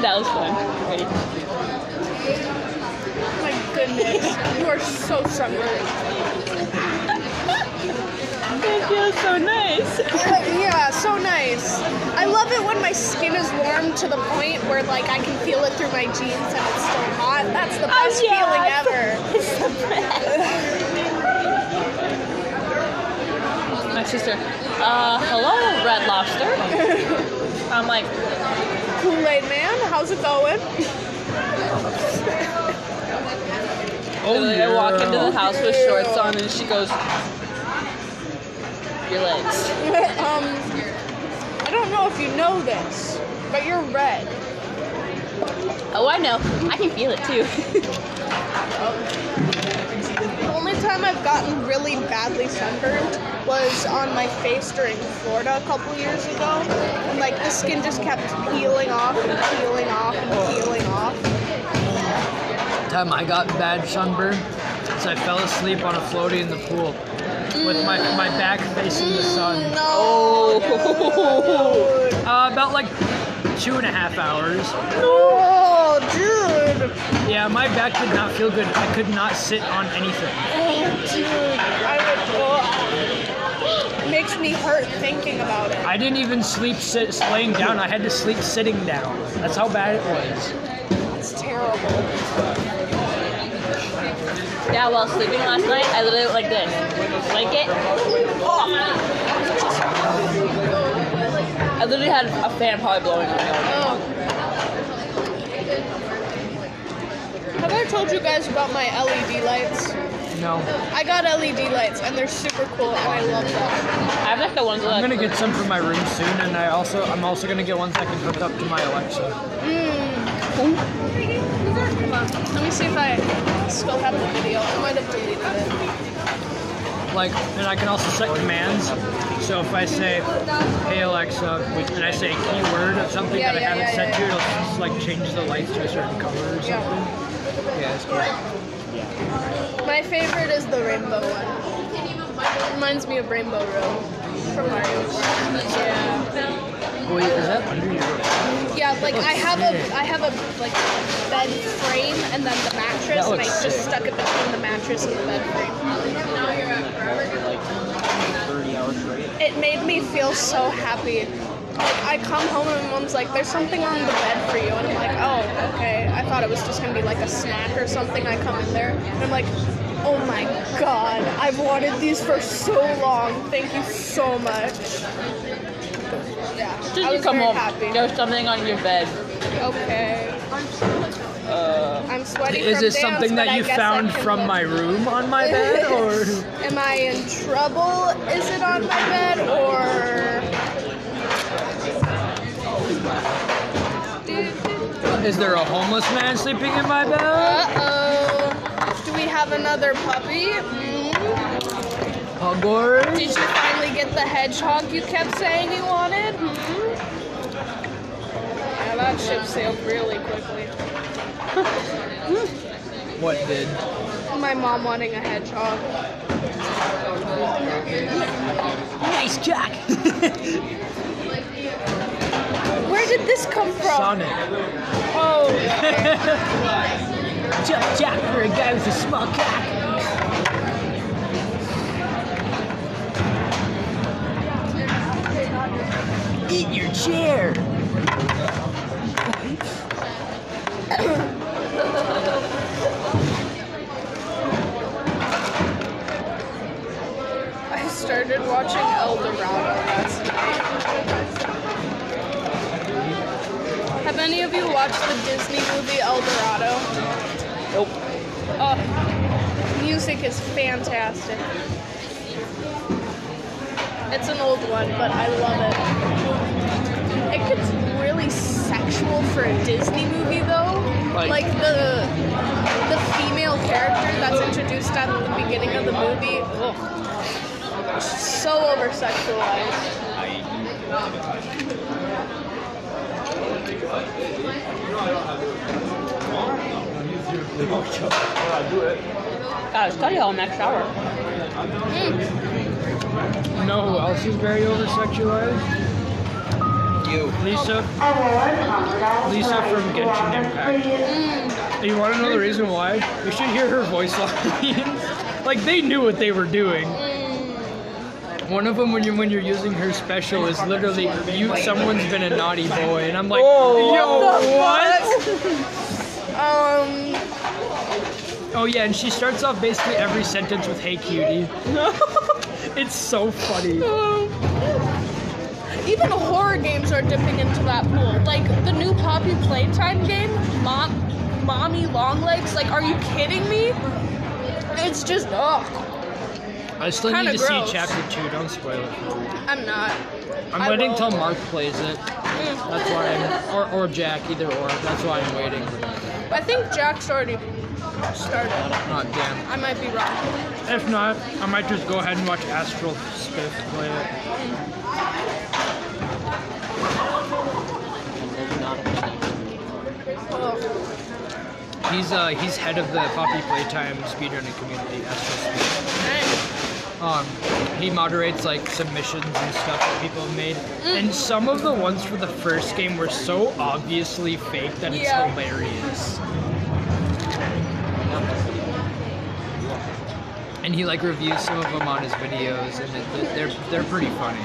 Speaker 5: That was fun. Right.
Speaker 4: My goodness, you are so sunburned.
Speaker 5: It feels so nice.
Speaker 4: yeah, so nice. I love it when my skin is warm to the point where like I can feel it through my jeans and it's still hot. That's the best
Speaker 5: Oh, yeah.
Speaker 4: feeling ever.
Speaker 5: My sister, uh, hello, Red Lobster. *laughs* I'm like,
Speaker 4: Kool Aid Man, how's it going? *laughs*
Speaker 5: oh, I walk into the house with shorts on and she goes, Your legs.
Speaker 4: um, I don't know if you know this, but you're red.
Speaker 5: Oh, I know. I can feel it too. *laughs*
Speaker 4: The only time I've gotten really badly sunburned was on my face during Florida a couple years ago. And like the skin just kept peeling off and peeling off and peeling off.
Speaker 2: Time I got bad sunburn is I fell asleep on a floaty in the pool with my, my back facing the sun.
Speaker 4: No. dude.
Speaker 2: Uh, about like two and a half hours.
Speaker 4: No, dude.
Speaker 2: Yeah, my back did not feel good. I could not sit on anything.
Speaker 4: Oh, dude. I would go. Makes me hurt thinking about it.
Speaker 2: I didn't even sleep sit, laying down. I had to sleep sitting down. That's how bad it was.
Speaker 4: It's terrible.
Speaker 5: Yeah, well, sleeping last night, I literally went like this. Blanket off. I literally had a fan probably blowing on me.
Speaker 4: Have I told you guys about my E LED lights?
Speaker 2: No.
Speaker 4: I got LED lights and they're super cool and I love them.
Speaker 5: I have like the ones that
Speaker 2: I'm gonna get some for my room soon, and I also I'm also gonna get ones I can hook up to my Alexa.
Speaker 4: Come on. Let me see if I still have the video. I might have deleted it.
Speaker 2: Like, and I can also set commands. So if I say, "Hey Alexa," and I say a keyword of something
Speaker 4: Yeah,
Speaker 2: that
Speaker 4: yeah,
Speaker 2: I haven't
Speaker 4: yeah,
Speaker 2: set
Speaker 4: yeah,
Speaker 2: to,
Speaker 4: yeah.
Speaker 2: it'll just like change the lights to a certain color or something.
Speaker 4: Yeah.
Speaker 2: Yeah, it's cool.
Speaker 4: My favorite is the rainbow one. It reminds me of Rainbow Road from Mario. Bros. Yeah.
Speaker 2: Wait, is that under your?
Speaker 4: Yeah, like I have a I have a like bed frame and then the mattress
Speaker 2: That
Speaker 4: and I
Speaker 2: looks
Speaker 4: just
Speaker 2: sick.
Speaker 4: stuck it between the mattress and the bed frame. It made me feel so happy. Like I come home and my mom's like, "There's something on the bed for you," and I'm like, "Oh, okay." I thought it was just gonna be like a snack or something. I come in there and I'm like, "Oh my god, I've wanted these for so long. Thank you so much." Yeah, I
Speaker 5: Just you
Speaker 4: was
Speaker 5: come
Speaker 4: very
Speaker 5: home,
Speaker 4: happy.
Speaker 5: there's something on your bed.
Speaker 4: Okay. I'm sweaty.
Speaker 2: Uh,
Speaker 4: from
Speaker 2: Is it
Speaker 4: dance,
Speaker 2: something
Speaker 4: but
Speaker 2: that
Speaker 4: I
Speaker 2: you
Speaker 4: guess I
Speaker 2: found
Speaker 4: can
Speaker 2: from
Speaker 4: look.
Speaker 2: my room
Speaker 4: *laughs*
Speaker 2: on my bed, or?
Speaker 4: Am I in trouble? Is it on my bed or?
Speaker 2: Is there a homeless man sleeping in my bed?
Speaker 4: Uh oh. Do we have another puppy? Mm.
Speaker 2: Hogwarts?
Speaker 4: Did you finally get the hedgehog you kept saying you wanted? Mm. Yeah, that ship sailed really quickly.
Speaker 2: What did?
Speaker 4: My mom wanting a hedgehog.
Speaker 2: Nice Jack.
Speaker 4: *laughs* Where did this come from?
Speaker 2: Sonic. *laughs*
Speaker 4: Oh,
Speaker 2: Jack, Jack, for a guy with a small cock. Eat your chair.
Speaker 4: I started watching El Dorado last night. Have any of you watched the Disney movie El Dorado? Nope. Oh, music is fantastic. It's an old one, but I love it. It gets really sexual for a Disney movie, though.
Speaker 2: Like-
Speaker 4: like the the female character that's introduced at the beginning of the movie. Ugh. So over sexualized.
Speaker 5: Gosh, study hall next hour.
Speaker 2: You know who else is very over sexualized? You. Lisa. Lisa from Genshin Impact. You want to know the reason why? You should hear her voice *laughs* lines. like they knew what they were doing. One of them, when you're when you're using her special, is literally you. Someone's been a naughty boy, and I'm like, yo, Oh, what?
Speaker 4: Um,
Speaker 2: Oh yeah, and she starts off basically every sentence with "Hey cutie." it's so funny.
Speaker 4: even horror games are dipping into that pool. Like the new Poppy Playtime game, Mom, Mommy Longlegs. Like, are you kidding me? It's just ugh.
Speaker 2: I still
Speaker 4: Kinda
Speaker 2: need to
Speaker 4: gross.
Speaker 2: see chapter two. Don't spoil it.
Speaker 4: I'm not.
Speaker 2: I'm
Speaker 4: I
Speaker 2: waiting
Speaker 4: will. Mm.
Speaker 2: till Mark plays it. That's why I'm, or, or Jack, either or. That's why I'm waiting.
Speaker 4: I think Jack's already started.
Speaker 2: Not damn.
Speaker 4: I might be wrong.
Speaker 2: If not, I might just go ahead and watch Astral Spiff play it.
Speaker 4: Ugh. Oh.
Speaker 2: He's uh he's head of the Poppy Playtime speedrunning community, Astral Spiff. Um, he moderates like submissions and stuff that people have made,
Speaker 4: Mm.
Speaker 2: and some of the ones for the first game were so obviously fake that it's
Speaker 4: Yeah.
Speaker 2: hilarious. And he like reviews some of them on his videos, and it, they're they're pretty funny.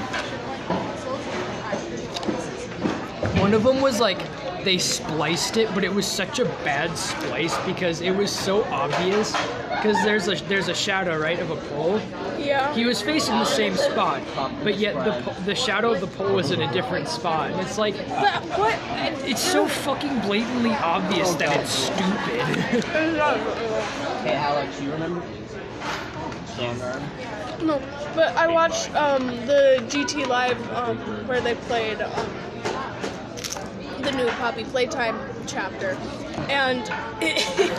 Speaker 2: One of them was like they spliced it, but it was such a bad splice because it was so obvious. Because there's a there's a shadow right of a pole.
Speaker 4: Yeah.
Speaker 2: He was facing the same spot, but yet the po- the shadow of the pole was in a different spot, and it's like
Speaker 4: But what?
Speaker 2: it's so fucking blatantly obvious that it's stupid. *laughs*
Speaker 8: Okay, Alex, you remember?
Speaker 4: No, but I watched um, the GT Live um, where they played um, the new Poppy Playtime chapter. And it,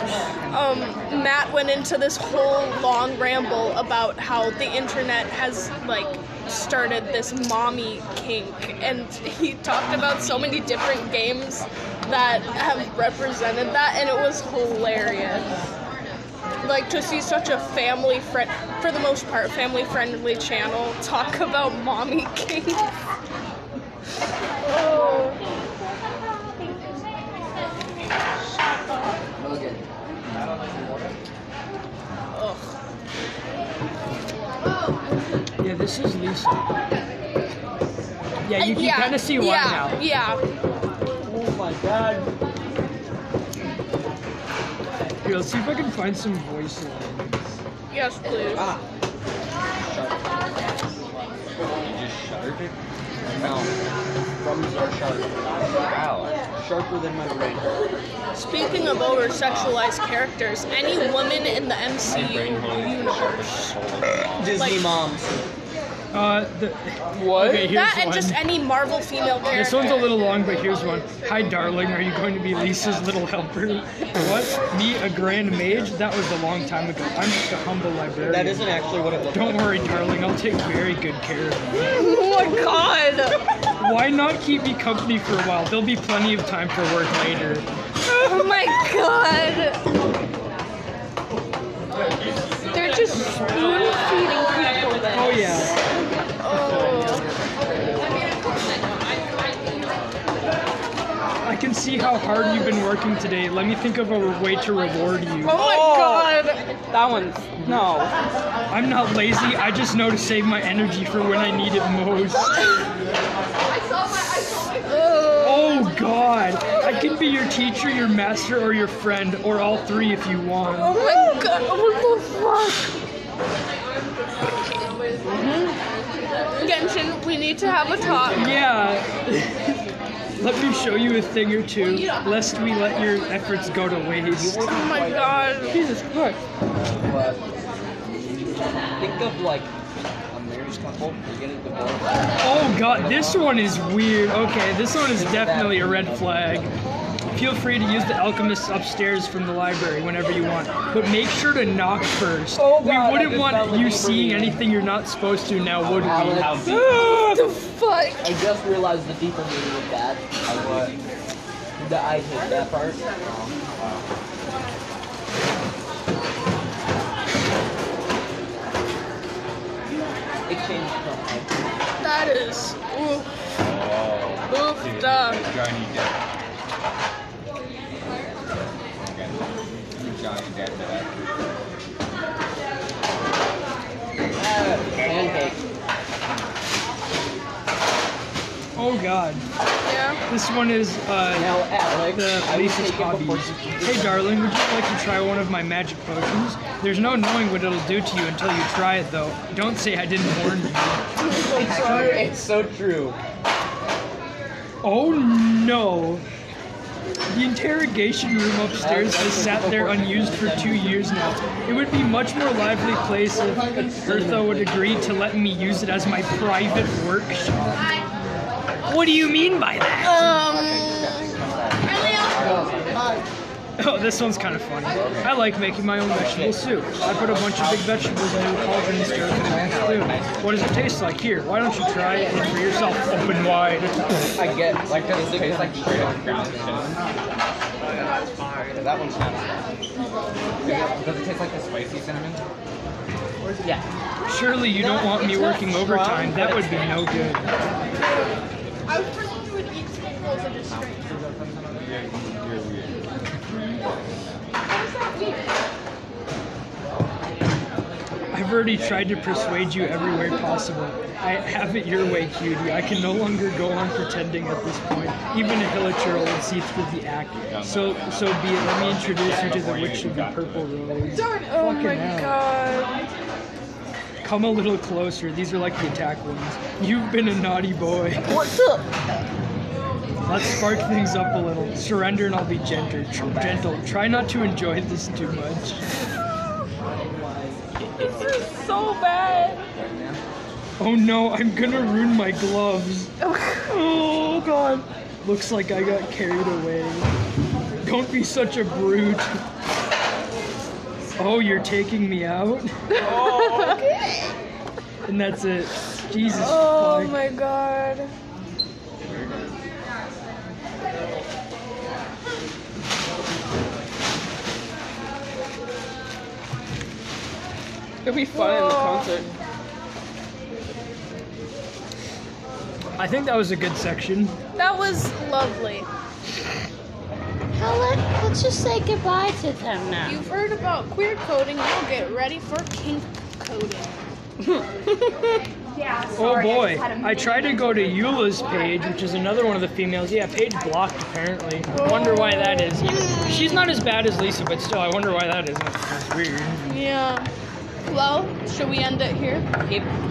Speaker 4: *laughs* um, Matt went into this whole long ramble about how the internet has, like, started this mommy kink. And he talked about so many different games that have represented that, and it was hilarious like to see such a family friend for the most part family friendly channel talk about mommy king oh
Speaker 8: Logan.
Speaker 4: ugh.
Speaker 2: yeah, this is Lisa. Yeah, you can
Speaker 4: yeah,
Speaker 2: kind of see why
Speaker 4: yeah,
Speaker 2: now.
Speaker 4: yeah
Speaker 11: Oh my god.
Speaker 2: Here, let's see if I can find some voice lines.
Speaker 4: yes please
Speaker 8: No. Problems are sharp.
Speaker 1: Wow.
Speaker 8: Sharper than my brain.
Speaker 4: speaking of over sexualized characters any woman in the mcu universe
Speaker 6: Disney
Speaker 4: Like-
Speaker 6: moms.
Speaker 2: Uh, the,
Speaker 6: What?
Speaker 2: okay, here's
Speaker 4: that and
Speaker 2: one.
Speaker 4: just any marvel female character
Speaker 2: This one's a little long, but here's one. Hi, darling. Are you going to be Lisa's little helper? What? Me, a grand mage? That was a long time ago. I'm just a humble librarian.
Speaker 11: That isn't actually what it looks
Speaker 2: Don't worry, darling. I'll take very good care of you.
Speaker 4: *laughs* oh my god
Speaker 2: Why not keep me company for a while? There'll be plenty of time for work later.
Speaker 4: oh my god they're just spoon feeding people then
Speaker 2: Oh yeah.
Speaker 4: oh
Speaker 2: I can see how hard you've been working today. Let me think of a way to reward you.
Speaker 4: oh my god
Speaker 6: That one's no.
Speaker 2: I'm not lazy. I just know to save my energy for when I need it most. Oh God! I can be your teacher, your master, or your friend, or all three if you want.
Speaker 4: Oh my god, what the fuck?
Speaker 2: Mm-hmm.
Speaker 4: Genshin, we need to have a talk.
Speaker 2: Yeah. *laughs* let me show you a thing or two, lest we let your efforts go to waste.
Speaker 4: Oh my god.
Speaker 2: Jesus Christ!
Speaker 6: Think of like
Speaker 8: A married couple, you get a divorce.
Speaker 2: Oh God! This one is weird. Okay, this one is definitely a red flag. Feel free to use the alchemists upstairs from the library whenever you want, but make sure to knock first.
Speaker 6: Oh, God, I
Speaker 2: we wouldn't
Speaker 6: just fell
Speaker 2: want
Speaker 6: in
Speaker 2: you
Speaker 6: over
Speaker 2: seeing
Speaker 6: here.
Speaker 2: anything you're not supposed to now, would we?
Speaker 4: *laughs* The fuck?
Speaker 8: I just realized the deeper meaning of that. I was. That I hate that part.
Speaker 6: it changed from like
Speaker 4: That is. Ooh,
Speaker 1: Whoa.
Speaker 4: oof, duh.
Speaker 1: Johnny Depp. Okay. Johnny Depp. uh,
Speaker 8: Pancake.
Speaker 2: Oh God!
Speaker 4: Yeah.
Speaker 2: This one is uh,
Speaker 6: now Alex.
Speaker 8: uh,
Speaker 2: the
Speaker 6: I would
Speaker 2: Lisa's
Speaker 6: take it before
Speaker 2: hobbies. Hey darling, would you like to try one of my magic potions? There's no knowing what it'll do to you until you try it though. Don't say I didn't warn you.
Speaker 8: It's so true.
Speaker 2: Oh no. The interrogation room upstairs has sat there unused for two years now. It would be much more lively place if Bertha would agree to let me use it as my private workshop. What do you mean by that? Oh, this one's kind of funny. I like making my own vegetable soup. I put a bunch of big vegetables in a cauldron and stir them in a spoon. What does it taste like? Here, why don't you try it and for yourself? Open wide.
Speaker 8: I get like does it taste like
Speaker 1: Straight up ground shit.
Speaker 8: that one's not.
Speaker 1: Does it taste like the spicy cinnamon?
Speaker 6: Yeah.
Speaker 2: Surely you don't want me working overtime. That would be no good.
Speaker 4: I was pretending you would eat staples and just straight.
Speaker 1: You're weird.
Speaker 2: I I've already tried to persuade you every way possible. I have it your way, cutie. I can no longer go on pretending at this point. Even a hillitcher will see through the act. So, so be it. Let me introduce you to the Witch of the Purple Rose.
Speaker 7: Oh
Speaker 2: Fucking
Speaker 7: my
Speaker 2: hell.
Speaker 7: god.
Speaker 2: Come a little closer. These are like the attack ones. You've been a naughty boy.
Speaker 5: What's up?
Speaker 2: Let's spark things up a little. Surrender and I'll be gentle. Tr- gentle. Try not to enjoy this too much.
Speaker 5: This is so bad.
Speaker 2: Oh no, I'm gonna ruin my gloves. Oh god. Looks like I got carried away. Don't be such a brute. Oh, you're taking me out? and that's it. Jesus
Speaker 7: Oh
Speaker 2: fuck.
Speaker 7: my god.
Speaker 6: It'd be fun in the concert.
Speaker 2: I think that was a good section.
Speaker 4: That was lovely.
Speaker 5: Helen, let's just say goodbye to them now.
Speaker 4: You've heard about queer coding. Now get ready for kink coding.
Speaker 2: oh boy. I, tried to go to Eula's page, which is another one of the females. Yeah, page blocked apparently. Wonder why that is. She's not as bad as Lisa, but still, I wonder why that is. That's weird.
Speaker 4: Yeah. Well, should we end it here?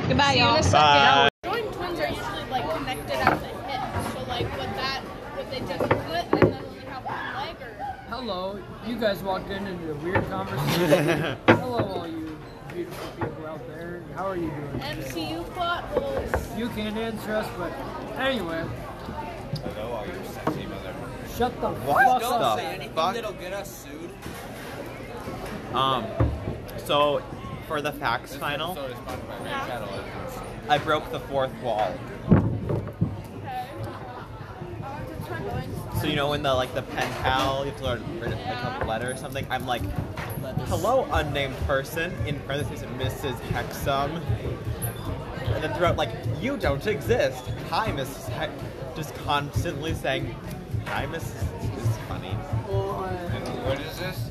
Speaker 5: Goodbye,
Speaker 4: See you in
Speaker 5: y'all.
Speaker 4: a second.
Speaker 3: Bye.
Speaker 4: Joined twins are usually like connected at the hip. So like with that, what they did with it, and then only have one leg or.
Speaker 2: Hello, you guys walked in into a weird
Speaker 1: *laughs*
Speaker 2: conversation. Hello, all you beautiful people out there. How are you doing?
Speaker 4: MCU plotholes.
Speaker 2: You can't answer us, but anyway,
Speaker 1: Hello, all you sexy motherfuckers.
Speaker 2: shut the
Speaker 3: *laughs* What
Speaker 2: fuck up.
Speaker 3: the fuck?
Speaker 11: get us sued.
Speaker 3: Um, so for the facts final, I broke the fourth wall. So you know when the like the pen pal, you have to learn rid of like a letter or something. I'm like, hello, unnamed person in parentheses Mrs. Hexum, and then throughout like you don't exist. Hi, Mrs. Hex, just constantly saying, hi, Mrs. is funny.
Speaker 1: What is this?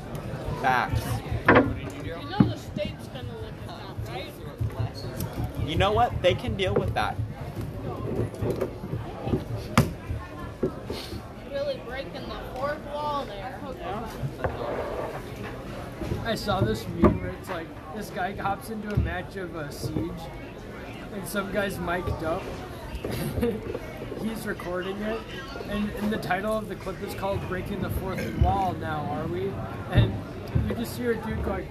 Speaker 3: Facts.
Speaker 1: What did you do?
Speaker 4: You know the state's gonna look at that, right?
Speaker 3: You know what? They can deal with that.
Speaker 4: Really breaking the fourth wall there.
Speaker 2: I saw this meme where it's like this guy hops into a match of a siege, and some guy's mic'd up. *laughs* He's recording it, and, and the title of the clip is called "Breaking the Fourth Wall." Now, are we? And you just hear a dude going,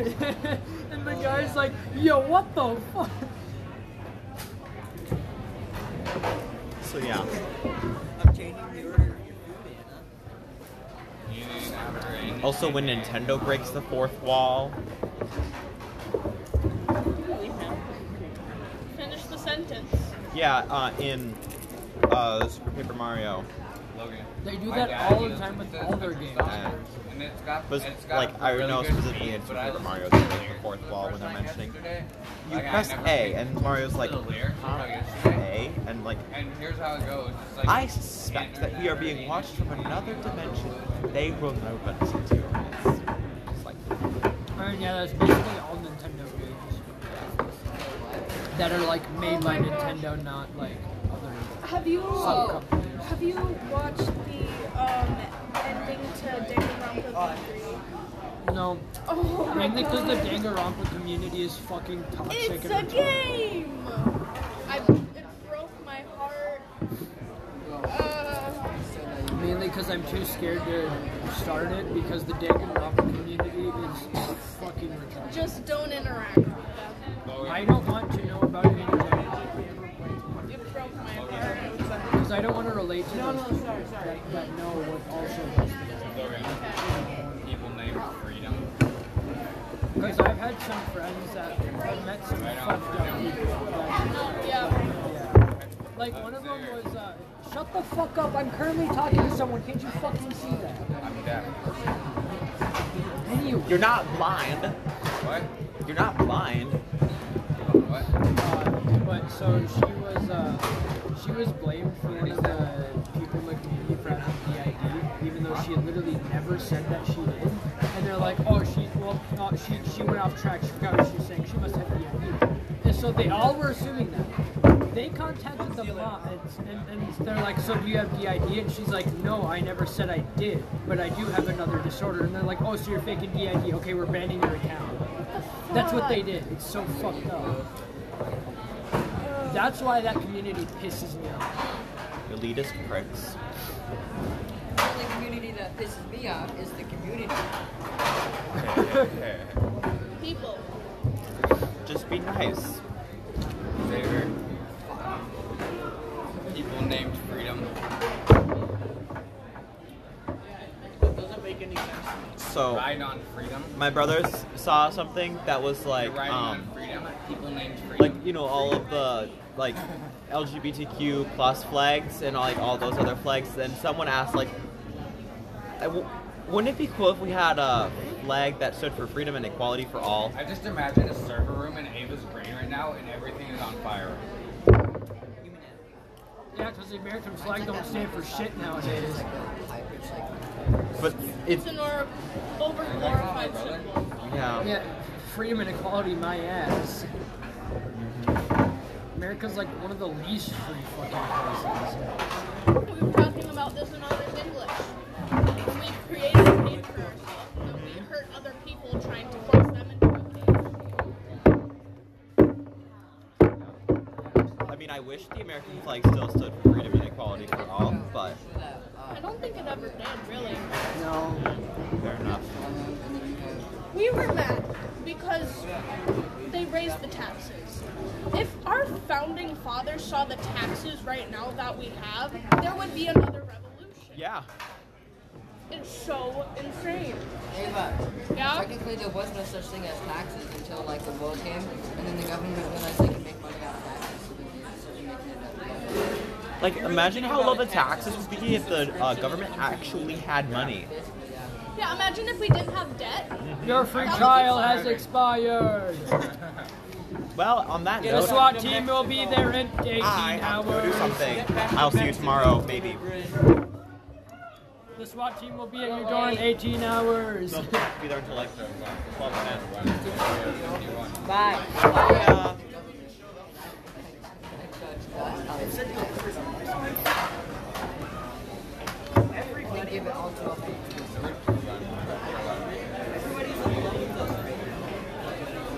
Speaker 2: *laughs* and the guy's like, "Yo, what the fuck?"
Speaker 3: So yeah.
Speaker 6: I'm changing the order of your food, Anna.
Speaker 1: You need after any-
Speaker 3: Also, when Nintendo breaks the fourth wall,
Speaker 4: Finish the sentence.
Speaker 3: yeah, uh, in uh, Super Paper Mario,
Speaker 1: Logan.
Speaker 2: They do
Speaker 1: my
Speaker 2: that
Speaker 1: dad
Speaker 2: all the
Speaker 1: used
Speaker 2: time with
Speaker 1: this
Speaker 2: all their
Speaker 1: stuff,
Speaker 2: games.
Speaker 3: uh,
Speaker 1: And it's got,
Speaker 3: was
Speaker 1: it's got
Speaker 3: like I
Speaker 1: really
Speaker 3: know
Speaker 1: good
Speaker 3: specifically in
Speaker 1: beats, but
Speaker 3: Super
Speaker 1: I
Speaker 3: Paper
Speaker 1: listened
Speaker 3: Mario,
Speaker 1: to
Speaker 3: they
Speaker 1: the
Speaker 3: break the
Speaker 1: lyrics
Speaker 3: fourth
Speaker 1: for the
Speaker 3: wall
Speaker 1: first
Speaker 3: when they're
Speaker 1: time
Speaker 3: mentioning.
Speaker 1: yesterday.
Speaker 3: You
Speaker 1: Like, I
Speaker 3: press
Speaker 1: never
Speaker 3: A,
Speaker 1: listened
Speaker 3: and Mario's
Speaker 1: to
Speaker 3: like
Speaker 1: the lyrics until yesterday.
Speaker 3: A, and like
Speaker 1: And here's how it goes. It's like
Speaker 3: I suspect that we are being watched from another dimension. They will know but it's into your eyes. It's like
Speaker 2: I mean, uh, yeah, that's basically all Nintendo games that are like made by Nintendo, not like other
Speaker 7: Have you Oh.
Speaker 2: sub companies.
Speaker 7: have you watched the um ending to Danganronpa 3?
Speaker 2: No,
Speaker 7: Oh my
Speaker 2: mainly because
Speaker 7: god.
Speaker 2: the Danganronpa community is fucking toxic.
Speaker 7: It's a
Speaker 2: and
Speaker 7: game.
Speaker 4: I, it broke my heart. Uh,
Speaker 2: Mainly because I'm too scared to start it because the Danganronpa community is fucking retarded.
Speaker 4: just don't interact with them.
Speaker 2: I don't want to know about it
Speaker 4: It broke my heart.
Speaker 2: because I don't want to relate to those people That, that know what also goes
Speaker 1: Logan. People named Freedom.
Speaker 2: Because I've had some friends that I've met some fucked up people. that-
Speaker 4: Yeah.
Speaker 2: yeah. Like one of them was, uh, shut the fuck up, I'm currently talking to someone, can't you fucking see that?
Speaker 1: I'm deaf.
Speaker 2: Anyway.
Speaker 3: you're not blind.
Speaker 1: What?
Speaker 3: You're not blind.
Speaker 1: What?
Speaker 2: Uh, but so she was uh, she was blamed for one of the people in the community for having the ID, even though she had literally never said that she did. And they're like, oh, she well, all thought she, she went off track. She forgot what she was saying. She must have EID. And so they all were assuming that. They contacted the mom and, and, and they're like, so do you have DID? And she's like, no, I never said I did, but I do have another disorder. And they're like, oh, so you're faking DID. Okay, we're banning your account. That's what they did. It's so fucked up. That's why that community pisses me off.
Speaker 3: Elitist pricks.
Speaker 8: The community that pisses me off is the community.
Speaker 4: People.
Speaker 3: Just be nice.
Speaker 1: They're people named Freedom.
Speaker 6: That doesn't make any sense.
Speaker 3: So
Speaker 1: Ride on Freedom.
Speaker 3: my brothers saw something that was like
Speaker 1: They're riding
Speaker 3: um,
Speaker 1: on Freedom. People named Freedom.
Speaker 3: like you know all of the like LGBTQ plus flags and like all those other flags. And someone asked like, I w- wouldn't it be cool if we had a flag that stood for freedom and equality for all?
Speaker 1: I just imagine a server room in Ava's brain right now, and everything is on fire.
Speaker 2: Yeah, because the American flag don't stand for shit nowadays.
Speaker 3: But it
Speaker 4: It's an or- over glorified symbol.
Speaker 3: yeah.
Speaker 2: Yeah, freedom and equality, my ass. America's like one of the least free fucking places.
Speaker 4: We were talking about this in honors English. We've created a cage for ourselves, and we hurt other people trying to force them into a cage.
Speaker 3: I mean, I wish the American flag still stood for freedom and equality for all, but
Speaker 4: I don't think it ever did, really.
Speaker 3: fair enough.
Speaker 4: We were mad because they raised the taxes. If our founding fathers saw the taxes right now that we have, there would be another revolution.
Speaker 3: Yeah.
Speaker 4: It's so insane.
Speaker 8: Ava,
Speaker 4: Yeah?
Speaker 8: technically there was no such thing as taxes until like the war came, and then the government realized they could make money out of taxes, so then they started making it up.
Speaker 3: Like, imagine how low the taxes would be if the uh, government actually had money.
Speaker 4: Yeah, imagine if we didn't have debt.
Speaker 2: Your free trial has expired.
Speaker 3: Well, on that
Speaker 2: The
Speaker 3: note,
Speaker 2: SWAT team will be there in 18
Speaker 3: I have to go do
Speaker 2: hours.
Speaker 3: something. I'll see you tomorrow, maybe.
Speaker 2: The SWAT team will be at your door in 18 hours.
Speaker 3: They'll be there until like 12 minutes.
Speaker 5: Bye.
Speaker 3: Yeah.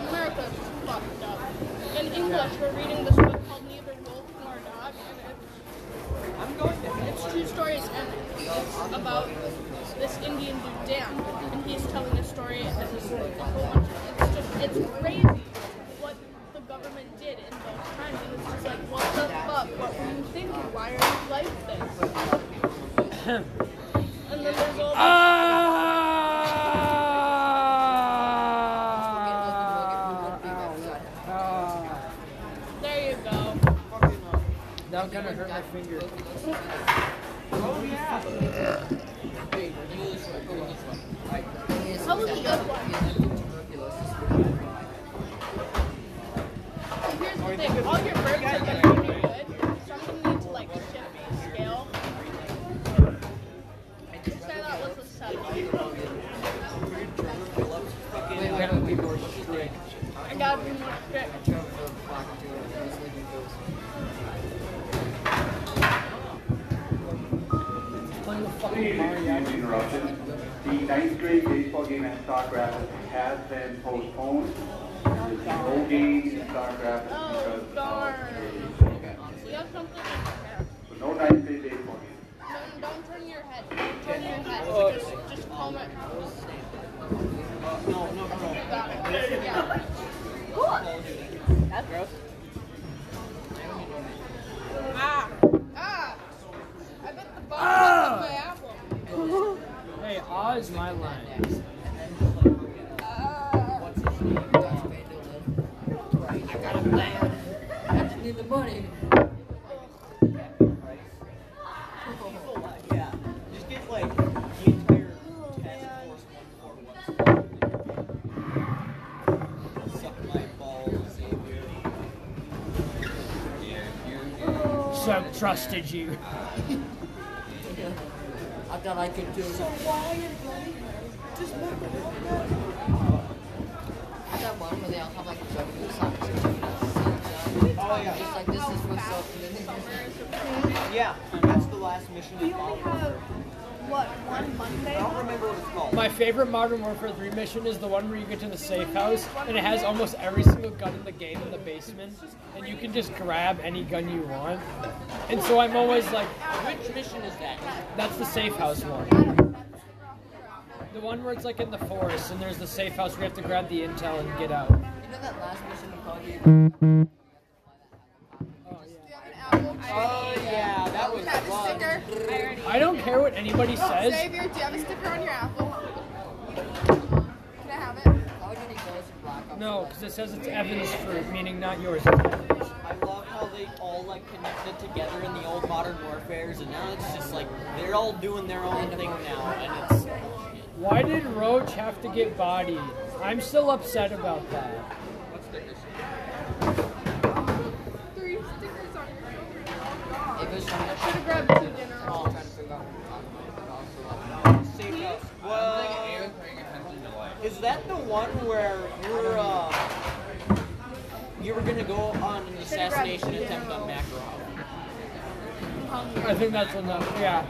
Speaker 4: America's fucked up. In English, we're reading this book called Neither Wolf Nor Dog, and it's, it's two stories, and it's about this Indian dude, Dan, and he's telling a story, and it's, a whole bunch of- it's just, it's crazy what the government did in those times, and it's just like, what the fuck, what were you thinking, why are you like this? And then there's all the- there you go.
Speaker 2: That kind of hurt my finger.
Speaker 4: How was a good one? So here's the thing, all your birds are gonna be good. Something needs to like shift the scale. Say that was a seven. I gotta be more strict.
Speaker 2: Playing the fucking Mario.
Speaker 12: interruption. The ninth grade baseball game at Stock Rapids has been postponed. There's no game in Stock Rapids because
Speaker 4: Oh
Speaker 12: of
Speaker 4: darn.
Speaker 12: the event.
Speaker 4: You have something in there.
Speaker 12: So no ninth grade baseball game.
Speaker 4: Don't, don't turn your head. Don't turn your head. Just, just calm it. You got it. Yeah.
Speaker 5: That's gross.
Speaker 4: Ah. Ah. I bet the bottom of my apple.
Speaker 2: Hey, awe is my line.
Speaker 4: Ah.
Speaker 8: Need the money.
Speaker 6: Just get like the entire task force one for one. Suck my balls, Xavier.
Speaker 2: So trusted you.
Speaker 8: I thought I could do.
Speaker 6: Just look at
Speaker 8: they'll have like a jump or something. Oh, yeah. Just like this is what's up. And then
Speaker 7: Yeah, that's the last mission.
Speaker 4: We only have, what, one Monday?
Speaker 7: I don't remember what it's called.
Speaker 11: My favorite Modern Warfare 3 mission is the one where you get to the safe house and it has almost every single gun in the game in the basement, and you can just grab any gun you want. And so I'm always like,
Speaker 13: Which mission is that?
Speaker 11: that's the safe house one. The one where it's like in the forest and there's the safe house where you have to grab the intel and get out.
Speaker 8: You know that last mission we called you?
Speaker 7: Oh yeah, that was
Speaker 4: Have a
Speaker 7: fun.
Speaker 4: sticker.
Speaker 11: I don't care what anybody
Speaker 7: Oh,
Speaker 11: says.
Speaker 4: Xavier, do you have a sticker on your apple? Can I have it?
Speaker 8: How did he go to Black Ops?
Speaker 11: No, because it says it's Evan's fruit, meaning not yours.
Speaker 7: I love how they all like connected together in the old modern warfares, and now it's just like they're all doing their own thing now, and it's
Speaker 11: Why did Roach have to get bodied? I'm still upset about that.
Speaker 4: Three stickers on your
Speaker 8: It was from the
Speaker 4: Should have grabbed two dinner rolls.
Speaker 8: trying to figure out what we're talking about.
Speaker 7: safe house. Well, is that the one where you're uh, you were gonna go on an assassination attempt on Makarov?
Speaker 11: I think that's enough. Yeah.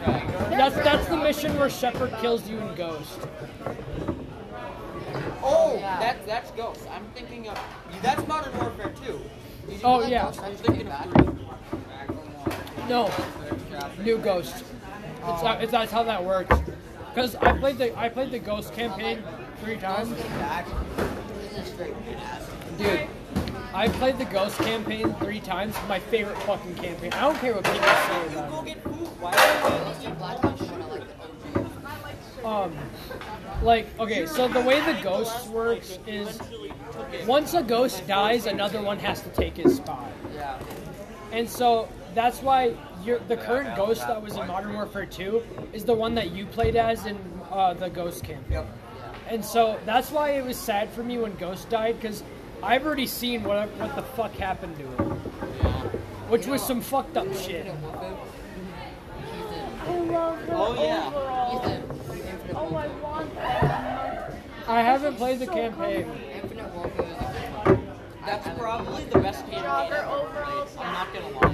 Speaker 11: That's that's the mission where Shepard kills you in Ghost.
Speaker 7: Oh, that that's Ghost. I'm thinking of that's Modern Warfare too.
Speaker 11: Oh yeah.
Speaker 7: I'm thinking of three.
Speaker 11: No. New Ghost. It's, that- it's that's how that works. Cause I played the I played the Ghost campaign three times. Dude, I played the Ghost campaign three times. My favorite fucking campaign. I don't care what people say about it.
Speaker 7: Go get food. Why are you
Speaker 8: Must have Black Ops one, I like the OG.
Speaker 11: Um, like okay, so the way the ghosts works is once a ghost dies, another one has to take his spot. Yeah. And so that's why you're, the current ghost that was in Modern Warfare 2 is the one that you played as in uh, the Ghost campaign. And so that's why it was sad for me when Ghost died because I've already seen what what the fuck happened to him, which was some fucked up shit.
Speaker 7: Oh yeah.
Speaker 4: Oh, I want that.
Speaker 11: I haven't played the campaign.
Speaker 8: Infinite Warfare is a good one.
Speaker 7: That's probably the best campaign
Speaker 4: Jogger
Speaker 7: ever.
Speaker 4: overalls.
Speaker 7: I'm not gonna lie.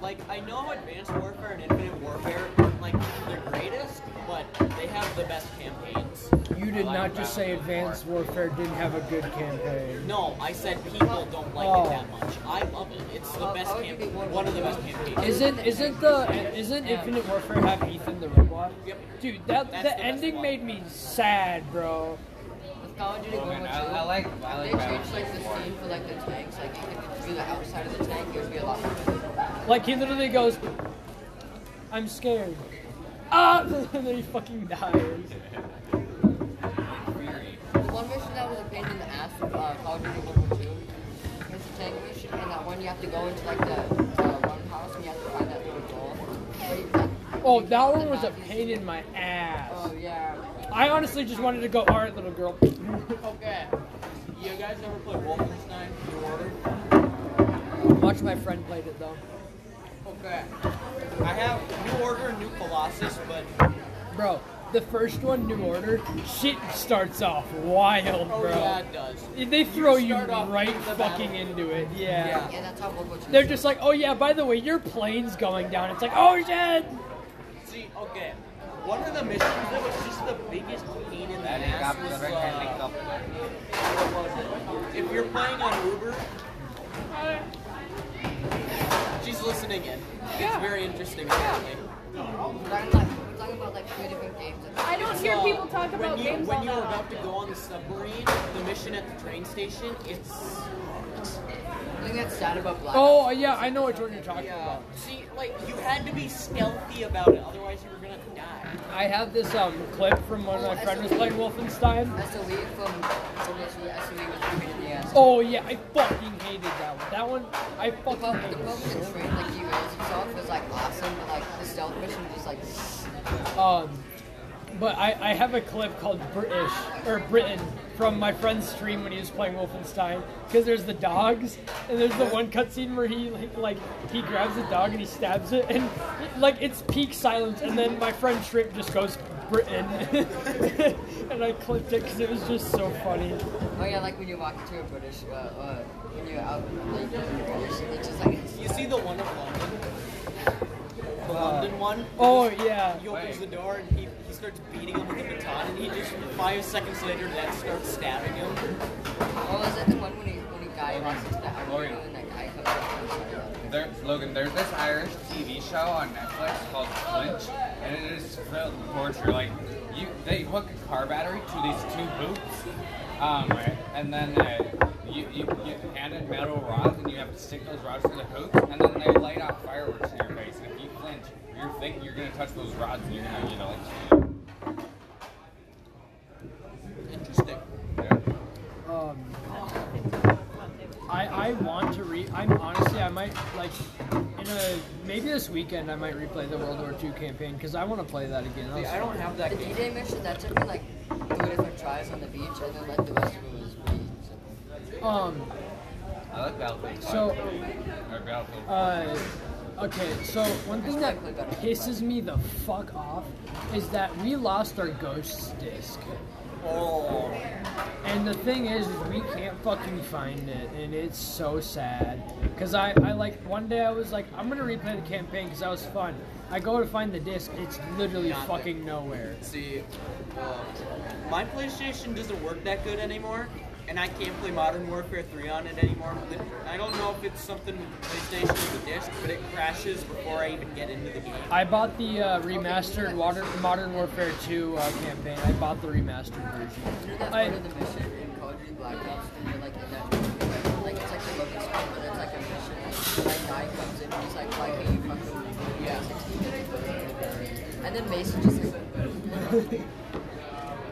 Speaker 7: Like I know Advanced Warfare and Infinite Warfare, like they're greatest, but they have the best campaigns.
Speaker 11: You did not just say Advanced Warfare didn't have a good campaign.
Speaker 7: No, I said people don't like
Speaker 11: Oh.
Speaker 7: it that much. I love it. It's
Speaker 8: oh,
Speaker 7: the best campaign. One of the best campaigns.
Speaker 11: Isn't isn't the isn't Infinite Warfare have Ethan the robot?
Speaker 7: Yep.
Speaker 11: Dude, that
Speaker 7: That's
Speaker 11: the
Speaker 7: the best
Speaker 11: ending
Speaker 7: one.
Speaker 11: made me sad, bro.
Speaker 8: With Call of Duty
Speaker 1: Oh, man,
Speaker 8: World War
Speaker 1: I-
Speaker 8: II,
Speaker 1: I like- I like
Speaker 8: they
Speaker 1: Battle
Speaker 8: changed like the scene for like the tanks. Like if it could be the outside of the tank, it would be a lot more. fun.
Speaker 11: Like he literally goes, "I'm scared," ah, *laughs* and then he fucking dies.
Speaker 8: The one mission that was a pain in the ass of uh, Call of Duty World War II was the tank mission, and that one you have to go into like the uh, one house and you have to find that little door. Where you- that-
Speaker 11: Oh, that one was a pain in my ass.
Speaker 8: Oh yeah.
Speaker 11: I honestly just wanted to go, "All right, little girl." *laughs*
Speaker 7: Okay. You guys ever played Wolfenstein: New Order?
Speaker 11: Watch my friend played it though,
Speaker 7: Okay. I have New Order, New Colossus, but
Speaker 11: bro. The first one, New Order, shit starts off wild,
Speaker 7: oh
Speaker 11: bro.
Speaker 7: yeah, it does.
Speaker 11: They throw you,
Speaker 7: start off
Speaker 11: right
Speaker 7: with the
Speaker 11: fucking
Speaker 7: battle.
Speaker 11: into it. Yeah.
Speaker 7: Yeah.
Speaker 8: Yeah, that's how World War II.
Speaker 11: They're just like, oh yeah, by the way, your plane's going down. It's like, oh shit!
Speaker 7: See, okay. One of the missions that was just the biggest pain in the ass was, uh, what was it? If you're playing on Uber, she's listening in. It's very interesting. Apparently.
Speaker 8: We're talking, like, we're talking about like three different games.
Speaker 4: I don't hear
Speaker 7: So,
Speaker 4: people talk about
Speaker 7: when you,
Speaker 4: games
Speaker 7: When
Speaker 4: all
Speaker 7: you're
Speaker 4: that
Speaker 7: about to
Speaker 4: often.
Speaker 7: go on the submarine, the mission at the train station, it's
Speaker 8: I think that's sad about Black. Ops.
Speaker 11: Oh yeah, I know which one you're talking
Speaker 7: yeah.
Speaker 11: about.
Speaker 7: See, like you had to be stealthy about it, otherwise you were gonna die.
Speaker 11: I have this um clip from when my friend was playing Wolfenstein.
Speaker 8: SOE E from E, World War II. SOE was a pain in the ass.
Speaker 11: Oh yeah, I fucking hated that one. That one, I
Speaker 8: The
Speaker 11: fucking
Speaker 8: problem, the
Speaker 11: hated
Speaker 8: problem
Speaker 11: it.
Speaker 8: with the train, like you raised yourself, was like awesome, but like the stealth mission was like.
Speaker 11: Um, But I, I have a clip called British or Britain from my friend's stream when he was playing Wolfenstein because there's the dogs and there's the one cutscene where he like, like he grabs a dog and he stabs it and like it's peak silence and then my friend Shrimp just goes Britain *laughs* and I clipped it because it was just so funny.
Speaker 8: Oh yeah, like when you walk into a British, uh, uh, when you're out, like, in British, it's just like
Speaker 3: You see the one of London? The London one?
Speaker 11: Oh yeah.
Speaker 3: He opens the door and he, he starts beating him with a baton, and he just five seconds later that starts stabbing him.
Speaker 8: Oh, is that the one when he when he died? That's just the iron dude and that guy comes up and starts yelling.
Speaker 1: There, Logan, there's this Irish TV show on Netflix called Clinch, and it is filled with torture. Like, you, they hook a car battery to these two hoops, um, and then uh, you, you get handed metal rods, and you have to stick those rods through the hoops, and then they light out fireworks in your face. And if you flinch, you're think you're gonna touch those rods, and you're gonna get electrocuted.
Speaker 3: Interesting.
Speaker 11: Um, I, I want to re. I'm honestly, I might like in a maybe this weekend I might replay the World War II campaign because I want to play that again.
Speaker 3: See, I don't have that
Speaker 8: The
Speaker 3: game.
Speaker 8: D-Day mission that took me like three different tries on the beach, and then like the rest of it was pretty simple.
Speaker 11: Um,
Speaker 1: I like Battlefield 5.
Speaker 11: So-
Speaker 1: or Battlefield
Speaker 11: Uh, okay, so one thing that pisses me the fuck off is that we lost our ghosts disc.
Speaker 3: Oh.
Speaker 11: And the thing is, is we can't fucking find it, and it's so sad. Cause I, I like one day I was like, I'm gonna replay the campaign because that was fun. I go to find the disc, it's literally
Speaker 3: Got it.
Speaker 11: fucking nowhere.
Speaker 3: See, um, my PlayStation doesn't work that good anymore, and I can't play Modern Warfare 3 on it anymore. I don't know if it's something with the PlayStation or the disc, but it crashes before I even get into the game.
Speaker 11: I bought the uh, remastered Water, Modern Warfare 2 uh, campaign. I bought the remastered version.
Speaker 8: That's
Speaker 11: I-
Speaker 8: part of the mission in Call of Duty Black Ops, and you're like in that, like it's like the loading screen, but it's like a mission. Like, my guy comes in, he's like, why can't you fucking yeah, 16 And then Mason just like,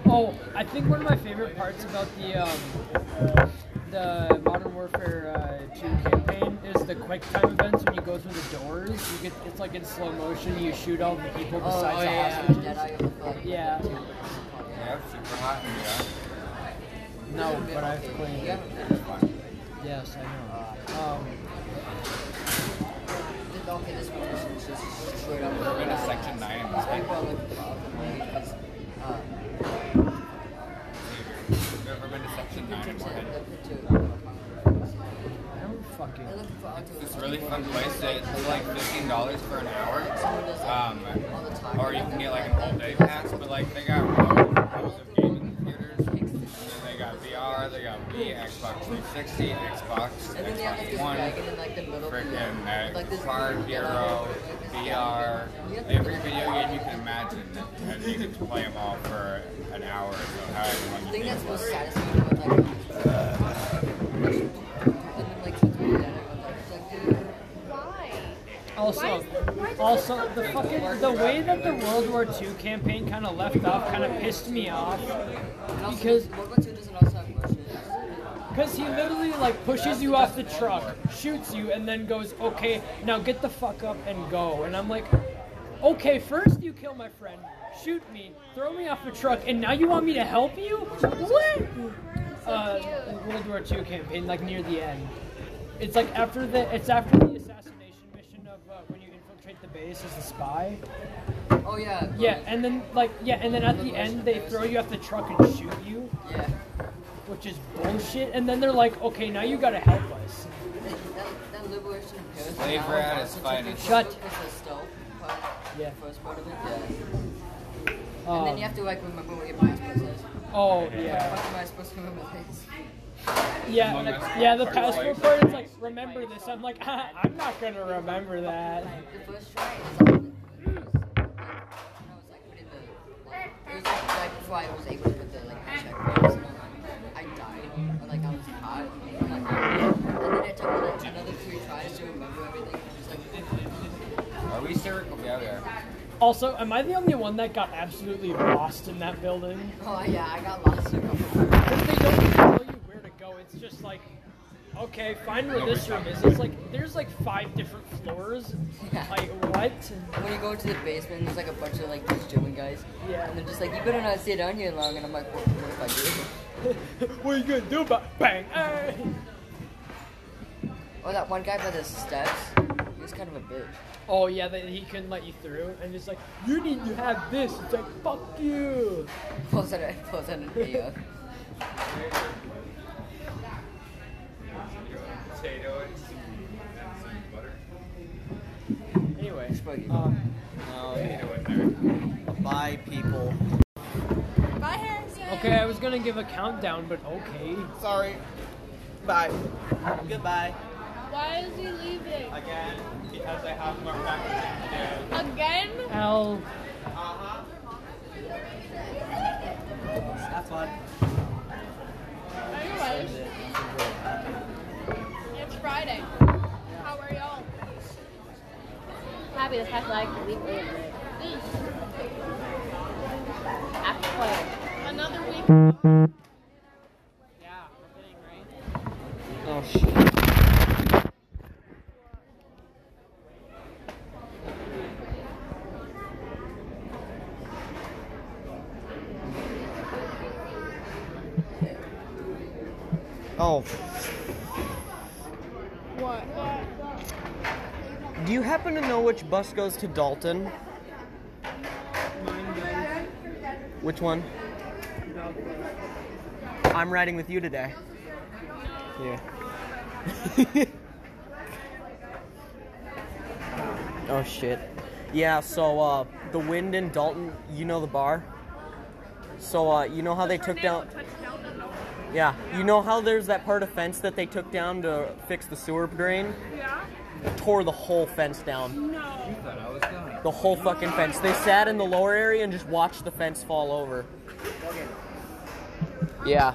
Speaker 11: Oh, I think one of my favorite parts about the um, the Modern Warfare uh, 2 campaign is the quick time events when you go through the doors. You get it's like in slow motion. You shoot all the people
Speaker 8: oh,
Speaker 11: besides
Speaker 8: yeah,
Speaker 11: the
Speaker 8: Jedi
Speaker 11: hostages.
Speaker 8: with like
Speaker 11: Yeah.
Speaker 1: Yeah, it's super hot in here.
Speaker 11: No, but I've played
Speaker 8: You
Speaker 11: it.
Speaker 8: haven't
Speaker 11: Yes, I know. Um,
Speaker 8: Okay, this one is just straight up.
Speaker 1: We're in a section 9 in this
Speaker 8: Like,
Speaker 1: thing.
Speaker 8: well, with the movie, because, uh,
Speaker 1: You ever been to section 9 in Moorhead?
Speaker 8: the picture.
Speaker 11: I don't fucking.
Speaker 8: They're looking for onto
Speaker 1: It's this really fun place. It's like fifteen dollars for an hour, um, or you can get like an all day pass. But like they got rows of games in the theaters, and then they got VR, they got V, Xbox 360, Xbox,
Speaker 8: And then they have like
Speaker 1: Xbox
Speaker 8: this
Speaker 1: One,
Speaker 8: dragon in like the middle.
Speaker 1: freaking
Speaker 8: like
Speaker 1: uh,
Speaker 8: this
Speaker 1: Car
Speaker 8: big
Speaker 1: Hero, VR, every video game you can imagine, and you get to play them all for an hour or so, however
Speaker 8: The
Speaker 1: long you
Speaker 8: thing that's
Speaker 1: need.
Speaker 8: most satisfying about like. And then like something like that. I'm like, it's like, dude,
Speaker 14: Why?
Speaker 11: Also, also the fucking the way that the World War II campaign kind of left off kind of pissed me off
Speaker 8: and also
Speaker 11: because
Speaker 8: World War II doesn't also have emotions.
Speaker 11: Because he literally like pushes you off the truck, shoots you, and then goes, "Okay, now get the fuck up and go." And I'm like, "Okay, first you kill my friend, shoot me, throw me off a truck, and now you want me to help you? What?" Uh, World War II campaign, like near the end. It's like after the it's after the assassination mission of uh, when you infiltrate the base as a spy.
Speaker 8: Oh yeah.
Speaker 11: Yeah, and then like yeah, and then at the end they throw you off the truck and shoot you
Speaker 8: Yeah.
Speaker 11: which is bullshit. And then they're like, okay, now you gotta help us.
Speaker 8: That, that liberation of Paris.
Speaker 1: Slave
Speaker 8: now
Speaker 1: rat
Speaker 8: wants
Speaker 1: is
Speaker 8: to
Speaker 1: finest.
Speaker 8: take
Speaker 11: Shut.
Speaker 8: over the stealth part,
Speaker 11: Yeah.
Speaker 8: the First part of it. Yeah. and then
Speaker 11: Um,
Speaker 8: you have to like remember what your passport says.
Speaker 11: oh
Speaker 8: What
Speaker 11: yeah,
Speaker 8: am I supposed to remember *laughs* this?
Speaker 11: yeah, like- yeah. The passport part is like, remember this. I'm like, ah, I'm not gonna remember that.
Speaker 8: The first try is all the when I was like putting the like, it was like right before I was able to put the like checkpoints and all that. I died. Or, like I was caught. And, like, and then it took me like another three tries to remember everything. It was like
Speaker 1: Are we still recording? Yeah, we are.
Speaker 11: Also, am I the only one that got absolutely lost in that building?
Speaker 8: oh yeah, I got lost a couple times.
Speaker 11: Because they don't even tell you where to go. It's just like, Okay, find where this room is. It's like there's like five different floors. Like what?
Speaker 8: When you go into the basement, there's like a bunch of like these German guys. Yeah. And they're just like, you better not stay down here long. And I'm like, what, what if
Speaker 11: *laughs* What are you gonna do about bang? ah." *laughs*
Speaker 8: I do? Oh, that one guy by the steps. He was kind of a bitch. *laughs*
Speaker 11: Oh yeah, that he couldn't let you through, and it's like you need to have this. It's like fuck you.
Speaker 8: Pulls out, a, pulls out an AR.
Speaker 1: Potato and some, and some butter.
Speaker 11: Anyway,
Speaker 8: um,
Speaker 3: No. Bye, people.
Speaker 4: Bye, Harrison.
Speaker 11: okay, I was gonna give a countdown, but okay.
Speaker 3: Sorry. Bye. Goodbye.
Speaker 4: Why is he leaving?
Speaker 3: Again, because I have more practice to do.
Speaker 4: Again?
Speaker 11: L.
Speaker 3: Uh huh. That's fun.
Speaker 4: Anyways, it's Friday. How are y'all?
Speaker 15: Happy to have like a week later.
Speaker 4: Mm.
Speaker 15: After play.
Speaker 4: Another week.
Speaker 3: Oh shit. Oh,
Speaker 4: What?
Speaker 3: do you happen to know which bus goes to Dalton? Which one? I'm riding with you today. Yeah. *laughs* oh shit. Yeah, so uh the wind in Dalton, you know the bar? So uh you know how they took down Yeah, you know how there's that part of fence that they took down to fix the sewer drain?
Speaker 4: Yeah?
Speaker 3: Tore the whole fence down.
Speaker 4: No.
Speaker 1: Thought I was gone.
Speaker 3: The whole fucking fence. They sat in the lower area and just watched the fence fall over. Yeah.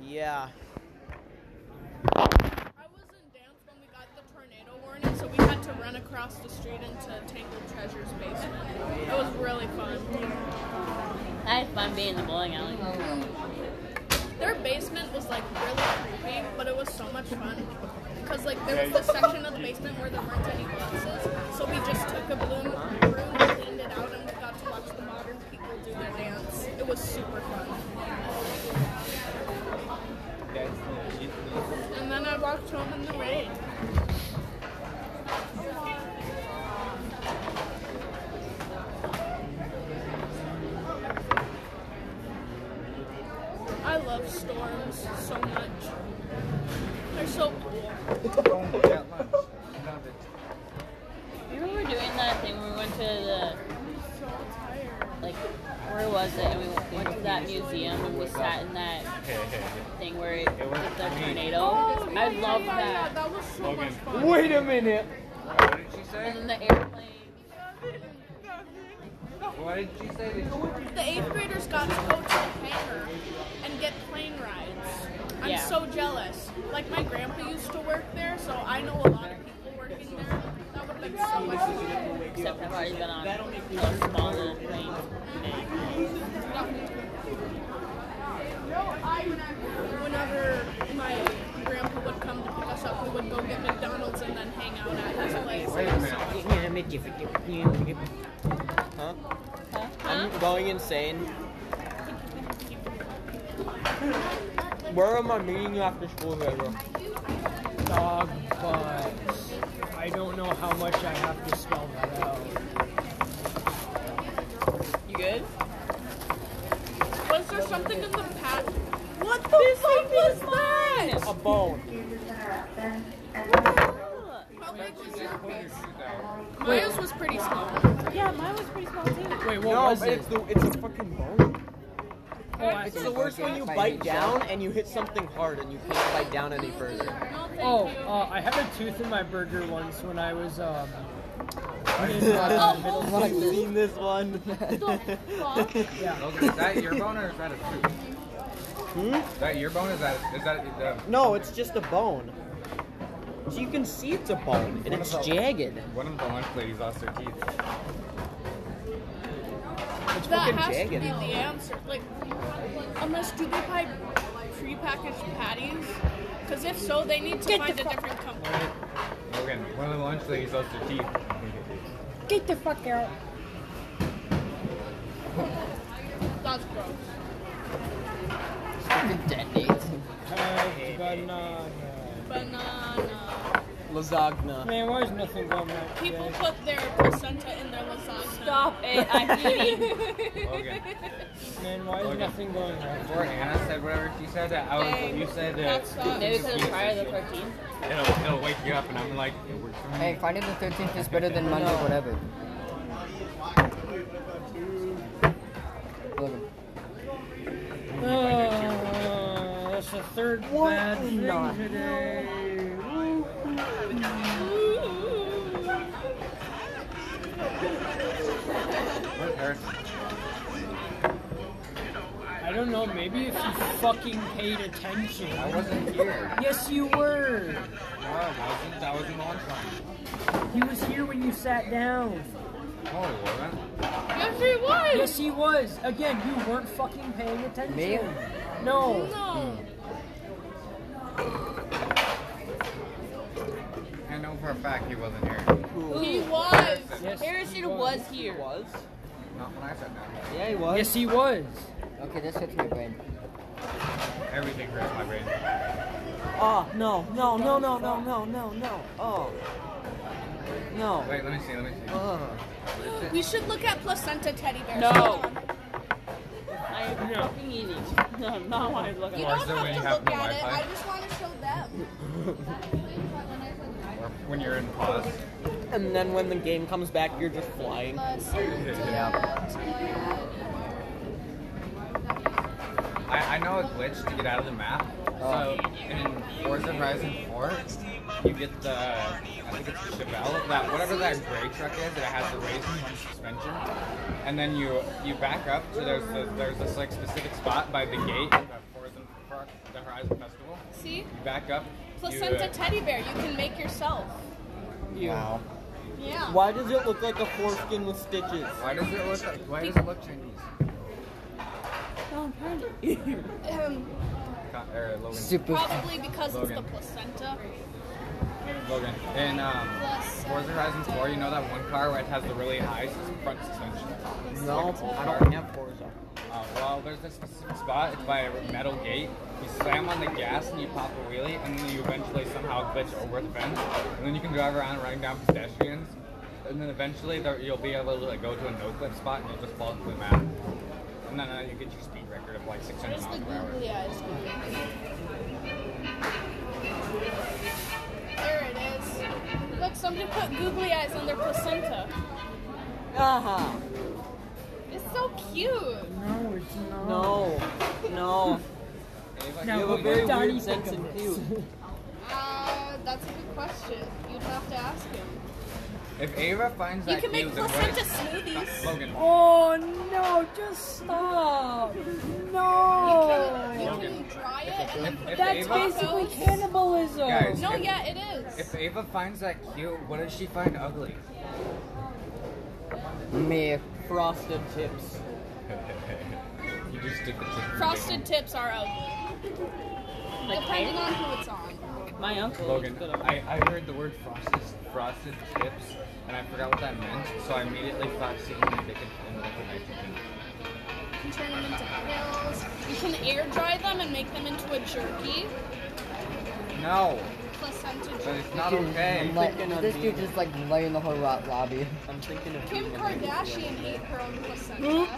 Speaker 3: Yeah.
Speaker 4: I was in dance when we got the tornado warning, so we had to run across the street into Tangled Treasure's basement. It was really fun.
Speaker 5: I had fun being in the bowling alley.
Speaker 4: Their basement was like really creepy, but it was so much fun. Because like there was the section of the basement where there weren't any boxes, so we just took a balloon, balloon cleaned it out, and we got to watch the modern people do their dance. It was super fun. And then I walked home in the rain. I love storms so much. They're so cool.
Speaker 5: You remember doing that thing where we went to the like where was it? And we went to that museum and we sat in that thing where it was the tornado.
Speaker 2: Oh,
Speaker 5: I love that.
Speaker 4: That was so much fun.
Speaker 11: Wait a minute.
Speaker 1: What did she say?
Speaker 5: And then the airplane.
Speaker 1: What did she say? Did she-
Speaker 4: The eighth graders got to go to the hangar and get plane rides. I'm
Speaker 5: Yeah.
Speaker 4: so jealous. Like my grandpa used to work there, so I know a lot of people working there. That would have been so much fun.
Speaker 5: Except I've already been on a smaller plane.
Speaker 4: Whenever my grandpa would come to pick us up, we would go get McDonald's and then hang out at his place.
Speaker 1: Wait a minute.
Speaker 3: Huh?
Speaker 4: Uh-huh.
Speaker 3: I'm going insane. Where am I meeting you after school, whoever?
Speaker 11: Dog butts. I don't know how much I have to spell that out.
Speaker 16: You good?
Speaker 4: Was there something in the past? What the fuck was that?
Speaker 3: A bone.
Speaker 4: How big was your piece?
Speaker 1: Though.
Speaker 4: Maya's was pretty small.
Speaker 15: Yeah, mine was pretty small too.
Speaker 11: Wait, what
Speaker 3: No,
Speaker 11: was
Speaker 3: but
Speaker 11: it?
Speaker 3: it's the it's a fucking bone.
Speaker 11: Oh, I
Speaker 3: It's
Speaker 11: see.
Speaker 3: the worst when you bite down and you hit something hard and you can't bite down any further.
Speaker 4: No, thank
Speaker 11: Oh,
Speaker 4: you.
Speaker 11: uh, I had a tooth in my burger once when I was um. in,
Speaker 4: Oh,
Speaker 11: uh,
Speaker 4: hold
Speaker 3: I've seen this one.
Speaker 11: yeah.
Speaker 1: Okay, is that your bone or is that a tooth?
Speaker 3: Hmm?
Speaker 1: Is that your bone? Is that is that the,
Speaker 3: No, it's just a bone. So you can see it's a bone and it's jagged.
Speaker 1: one of the lunch ladies lost her teeth?
Speaker 4: That
Speaker 3: fucking
Speaker 4: has to
Speaker 3: jagged.
Speaker 4: be the answer. Like, unless do they buy prepackaged patties? Because if so, they need to
Speaker 17: Get
Speaker 4: find
Speaker 17: the
Speaker 4: a
Speaker 17: fuck-
Speaker 4: different company.
Speaker 1: Logan, one of the lunch ladies lost her teeth.
Speaker 17: Get the fuck out.
Speaker 4: That's gross.
Speaker 2: Banana.
Speaker 4: Banana.
Speaker 2: Lasagna.
Speaker 11: Man, why is nothing going on?
Speaker 4: People put their placenta in their lasagna. Stop
Speaker 5: it, I'm
Speaker 4: *laughs* eating.
Speaker 1: Logan.
Speaker 11: Man, why is
Speaker 1: Logan.
Speaker 11: nothing going on?
Speaker 1: Before Anna said whatever she said, I was,
Speaker 4: Dang,
Speaker 1: you said
Speaker 4: that
Speaker 1: that
Speaker 4: sucks.
Speaker 5: Maybe because it's Friday the 14th.
Speaker 1: it'll, it'll wake you up, and I'm like, it works for me.
Speaker 8: Hey, Friday the 13th is better than Monday, whatever. Logan.
Speaker 11: Oh, that's the third bad thing
Speaker 8: not?
Speaker 11: today.
Speaker 1: What hurts?
Speaker 11: I don't know, maybe if you fucking paid attention.
Speaker 1: I wasn't here.
Speaker 11: Yes, you were.
Speaker 1: No, I wasn't. I was in the lunchroom.
Speaker 11: He was here when you sat down.
Speaker 1: No, I wasn't.
Speaker 4: Yes, he was.
Speaker 11: Yes, he was. Again, you weren't fucking paying attention.
Speaker 8: Me?
Speaker 11: No.
Speaker 4: No.
Speaker 1: I know for a fact he wasn't here.
Speaker 4: He was.
Speaker 11: Yes, he
Speaker 5: Harrison was here.
Speaker 2: Was?
Speaker 1: Not when I said that.
Speaker 2: Yeah, he was.
Speaker 11: Yes, he was.
Speaker 8: Okay, this hits my brain.
Speaker 1: Everything hurts my brain.
Speaker 2: Oh, no, no, no, no, no, no, no, no. Oh. No. Uh-huh.
Speaker 1: Wait, let me see. Let me see.
Speaker 2: Ugh.
Speaker 4: We should look at placenta teddy bears.
Speaker 5: No.
Speaker 4: Hold on.
Speaker 5: I'm
Speaker 11: No.
Speaker 5: fucking eating. *laughs* No, not why I look
Speaker 4: You
Speaker 1: Why
Speaker 5: at
Speaker 4: don't
Speaker 1: is that
Speaker 4: have
Speaker 1: when
Speaker 4: to
Speaker 1: you have
Speaker 4: look
Speaker 1: no
Speaker 4: at it.
Speaker 1: Wi-Fi?
Speaker 4: I just want to show them.
Speaker 1: Or when you're in pause.
Speaker 2: And then when the game comes back, you're just flying.
Speaker 1: I, I know a glitch to get out of the map. So
Speaker 2: Uh-huh.
Speaker 1: in Forza Horizon 4, you get the I think it's the Chevelle, that whatever that gray truck is that has the raised front suspension, and then you you back up to there's the, there's this like specific spot by the gate of the Forza Park, the Horizon Festival.
Speaker 4: uh, See?
Speaker 1: You back up.
Speaker 4: Placenta
Speaker 1: you, uh,
Speaker 4: teddy bear. You can make yourself.
Speaker 1: wow.
Speaker 4: Yeah.
Speaker 2: Why does it look like a foreskin with stitches?
Speaker 1: Why does it look like, why does it look Chinese? *laughs*
Speaker 4: Um,
Speaker 1: Co- er, Logan.
Speaker 8: Super.
Speaker 4: probably because it's the
Speaker 1: Logan.
Speaker 4: placenta.
Speaker 1: Logan. And um. Forza
Speaker 4: Placenta.
Speaker 1: Horizon 4, you know that one car where it has the really high s- front suspension?
Speaker 2: No, I don't have Forza.
Speaker 1: Uh, well, there's this specific spot, it's by a metal gate. You slam on the gas and you pop a wheelie, and then you eventually somehow glitch over the fence. And then you can drive around running down pedestrians. And then eventually there, you'll be able to like, go to a no-clip spot and you'll just fall into the map. And then uh, you get your speed record of like 600
Speaker 4: Where's the
Speaker 1: miles per hour.
Speaker 4: googly eyes? There it is. Look, somebody put googly eyes on their placenta.
Speaker 2: Uh-huh.
Speaker 4: It's so cute.
Speaker 11: No, it's not.
Speaker 2: No.
Speaker 5: *laughs*
Speaker 2: No.
Speaker 1: And he's like,
Speaker 11: No.
Speaker 2: You
Speaker 1: "Yo,
Speaker 2: have a
Speaker 11: but
Speaker 2: very
Speaker 11: Donnie
Speaker 2: weird
Speaker 11: think
Speaker 2: sense
Speaker 11: of
Speaker 2: of
Speaker 11: this.
Speaker 2: cute.
Speaker 4: Uh, that's a good question. You'd have to ask him.
Speaker 1: If Ava finds
Speaker 4: You
Speaker 1: that
Speaker 4: can make
Speaker 1: cute, then what
Speaker 4: placenta
Speaker 1: is-
Speaker 4: smoothies.
Speaker 1: Logan,
Speaker 11: Oh no, just stop. No.
Speaker 4: You can, you can dry it and then put it
Speaker 11: That's
Speaker 4: in tacos.
Speaker 11: basically cannibalism.
Speaker 1: Guys.
Speaker 4: No, yeah, it is.
Speaker 1: if Ava finds that cute, what does she find ugly?
Speaker 8: Me.
Speaker 2: Frosted tips.
Speaker 1: You just did the thing.
Speaker 4: Frosted tips are ugly,
Speaker 5: Like,
Speaker 4: depending
Speaker 5: I-
Speaker 4: on who it's on.
Speaker 5: my uncle.
Speaker 1: Logan,
Speaker 5: Good
Speaker 1: I, I heard the word frosted, frosted tips, and I forgot what that meant, so I immediately thought seeing a dick and like a nitrogen.
Speaker 4: You can turn them into pills. You can air dry them and make them into a jerky,
Speaker 1: No,
Speaker 4: placenta
Speaker 1: but
Speaker 4: jerky.
Speaker 1: it's not okay.
Speaker 8: I'm like,
Speaker 2: thinking of
Speaker 8: this dude
Speaker 2: being-
Speaker 8: just like laying the whole ro- lobby. *laughs*
Speaker 2: I'm thinking of
Speaker 4: Kim
Speaker 2: being a
Speaker 4: Kardashian
Speaker 2: lesbian.
Speaker 4: ate her own placenta.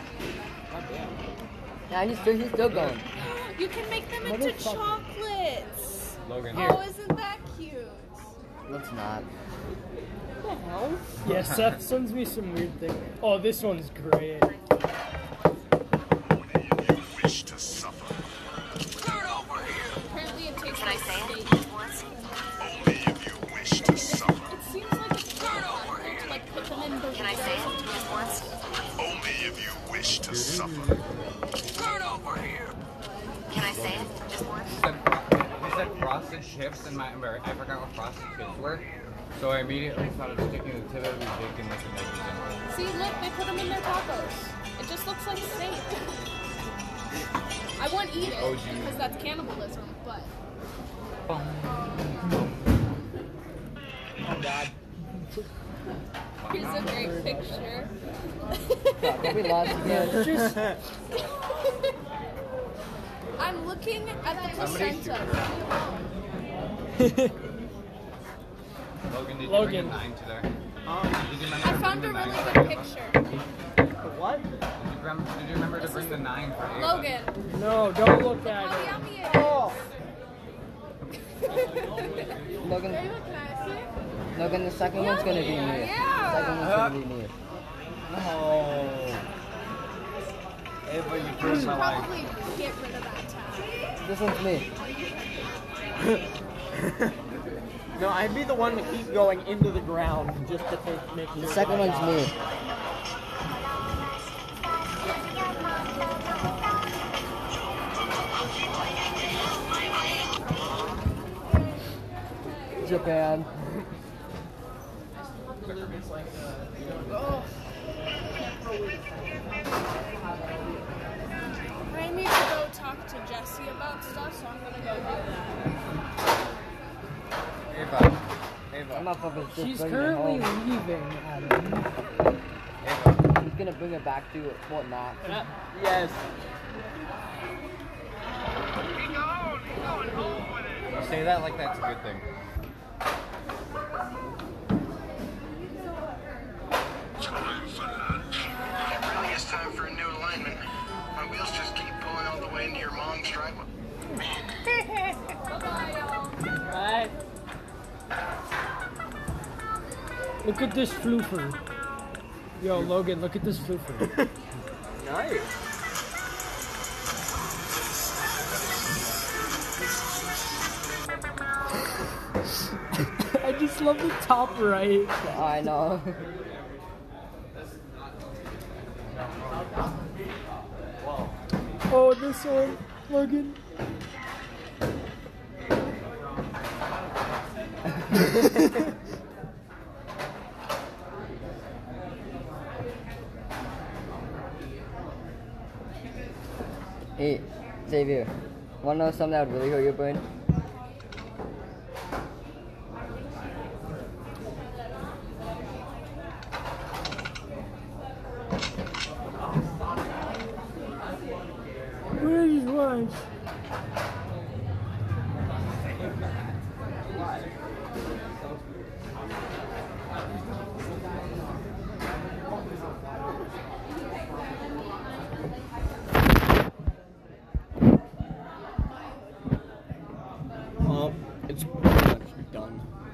Speaker 8: And he's still, he's still going.
Speaker 4: You can make them into chocolates.
Speaker 1: Logan,
Speaker 4: Oh, isn't that cute?
Speaker 8: Let's not.
Speaker 11: Yeah, Seth sends me some weird thing. Oh, this one's great.
Speaker 4: Apparently, it tastes like steak. It seems like it's hard to like put them in burritos. Can I say
Speaker 1: he said, fro- he said frosted tips, and my, or I forgot what frosted tips were, so I immediately thought of sticking the tip of his dick in like a nitrogen.
Speaker 4: See, look, they put them in their tacos. It just looks like steak. I want eat it
Speaker 8: Oh,
Speaker 1: OG.
Speaker 4: because that's cannibalism, but
Speaker 8: Oh,
Speaker 4: here's a great picture.
Speaker 8: we lost
Speaker 2: *laughs*
Speaker 8: again. Just-
Speaker 4: *laughs* I'm looking at the
Speaker 1: Somebody
Speaker 4: placenta.
Speaker 1: Logan, did you bring
Speaker 11: Logan.
Speaker 1: a nine to there? did you remember
Speaker 4: Um, I
Speaker 1: to
Speaker 4: found a
Speaker 1: bring the nine
Speaker 4: really
Speaker 1: for
Speaker 4: good
Speaker 1: Ava?
Speaker 4: picture.
Speaker 2: What?
Speaker 1: Did you, rem- did you remember to bring the nine for Ava?
Speaker 4: Logan,
Speaker 11: No, don't look at
Speaker 4: how
Speaker 11: it.
Speaker 4: yummy it
Speaker 8: Oh.
Speaker 4: is.
Speaker 8: Logan,
Speaker 4: Are you a classic?
Speaker 8: Logan, the second one's gonna be me.
Speaker 4: Yeah.
Speaker 8: Second one's gonna be me.
Speaker 2: Oh. Ava, you
Speaker 4: You
Speaker 2: ruined
Speaker 4: should
Speaker 2: my life.
Speaker 4: probably get rid of that tag.
Speaker 8: This one's me.
Speaker 18: *laughs* No, I'd be the one to keep going into the ground just to take, make
Speaker 8: The second one's me. Japan.
Speaker 4: I need to go talk to Jesse about stuff, so I'm gonna go do that.
Speaker 1: Ava. Ava.
Speaker 8: I'm not fucking just
Speaker 11: She's
Speaker 8: bringing it
Speaker 11: currently
Speaker 8: home.
Speaker 11: leaving, Adam.
Speaker 1: Ava.
Speaker 8: He's gonna bring it back to Fort Knox.
Speaker 18: Yes.
Speaker 1: You say that like that's a good thing.
Speaker 7: I think it's time for a new alignment. My wheels just keep pulling all the way into your mom's driveway.
Speaker 5: Right.
Speaker 11: Look at this floofer. Yo, Logan, look at this floofer.
Speaker 18: Nice.
Speaker 11: *laughs* I just love the top right.
Speaker 8: I know.
Speaker 11: Oh, this one, Logan.
Speaker 8: *laughs* hey, Xavier, wanna know something that would really hurt your brain?
Speaker 11: Where is lunch?
Speaker 18: Um, it's pretty much done.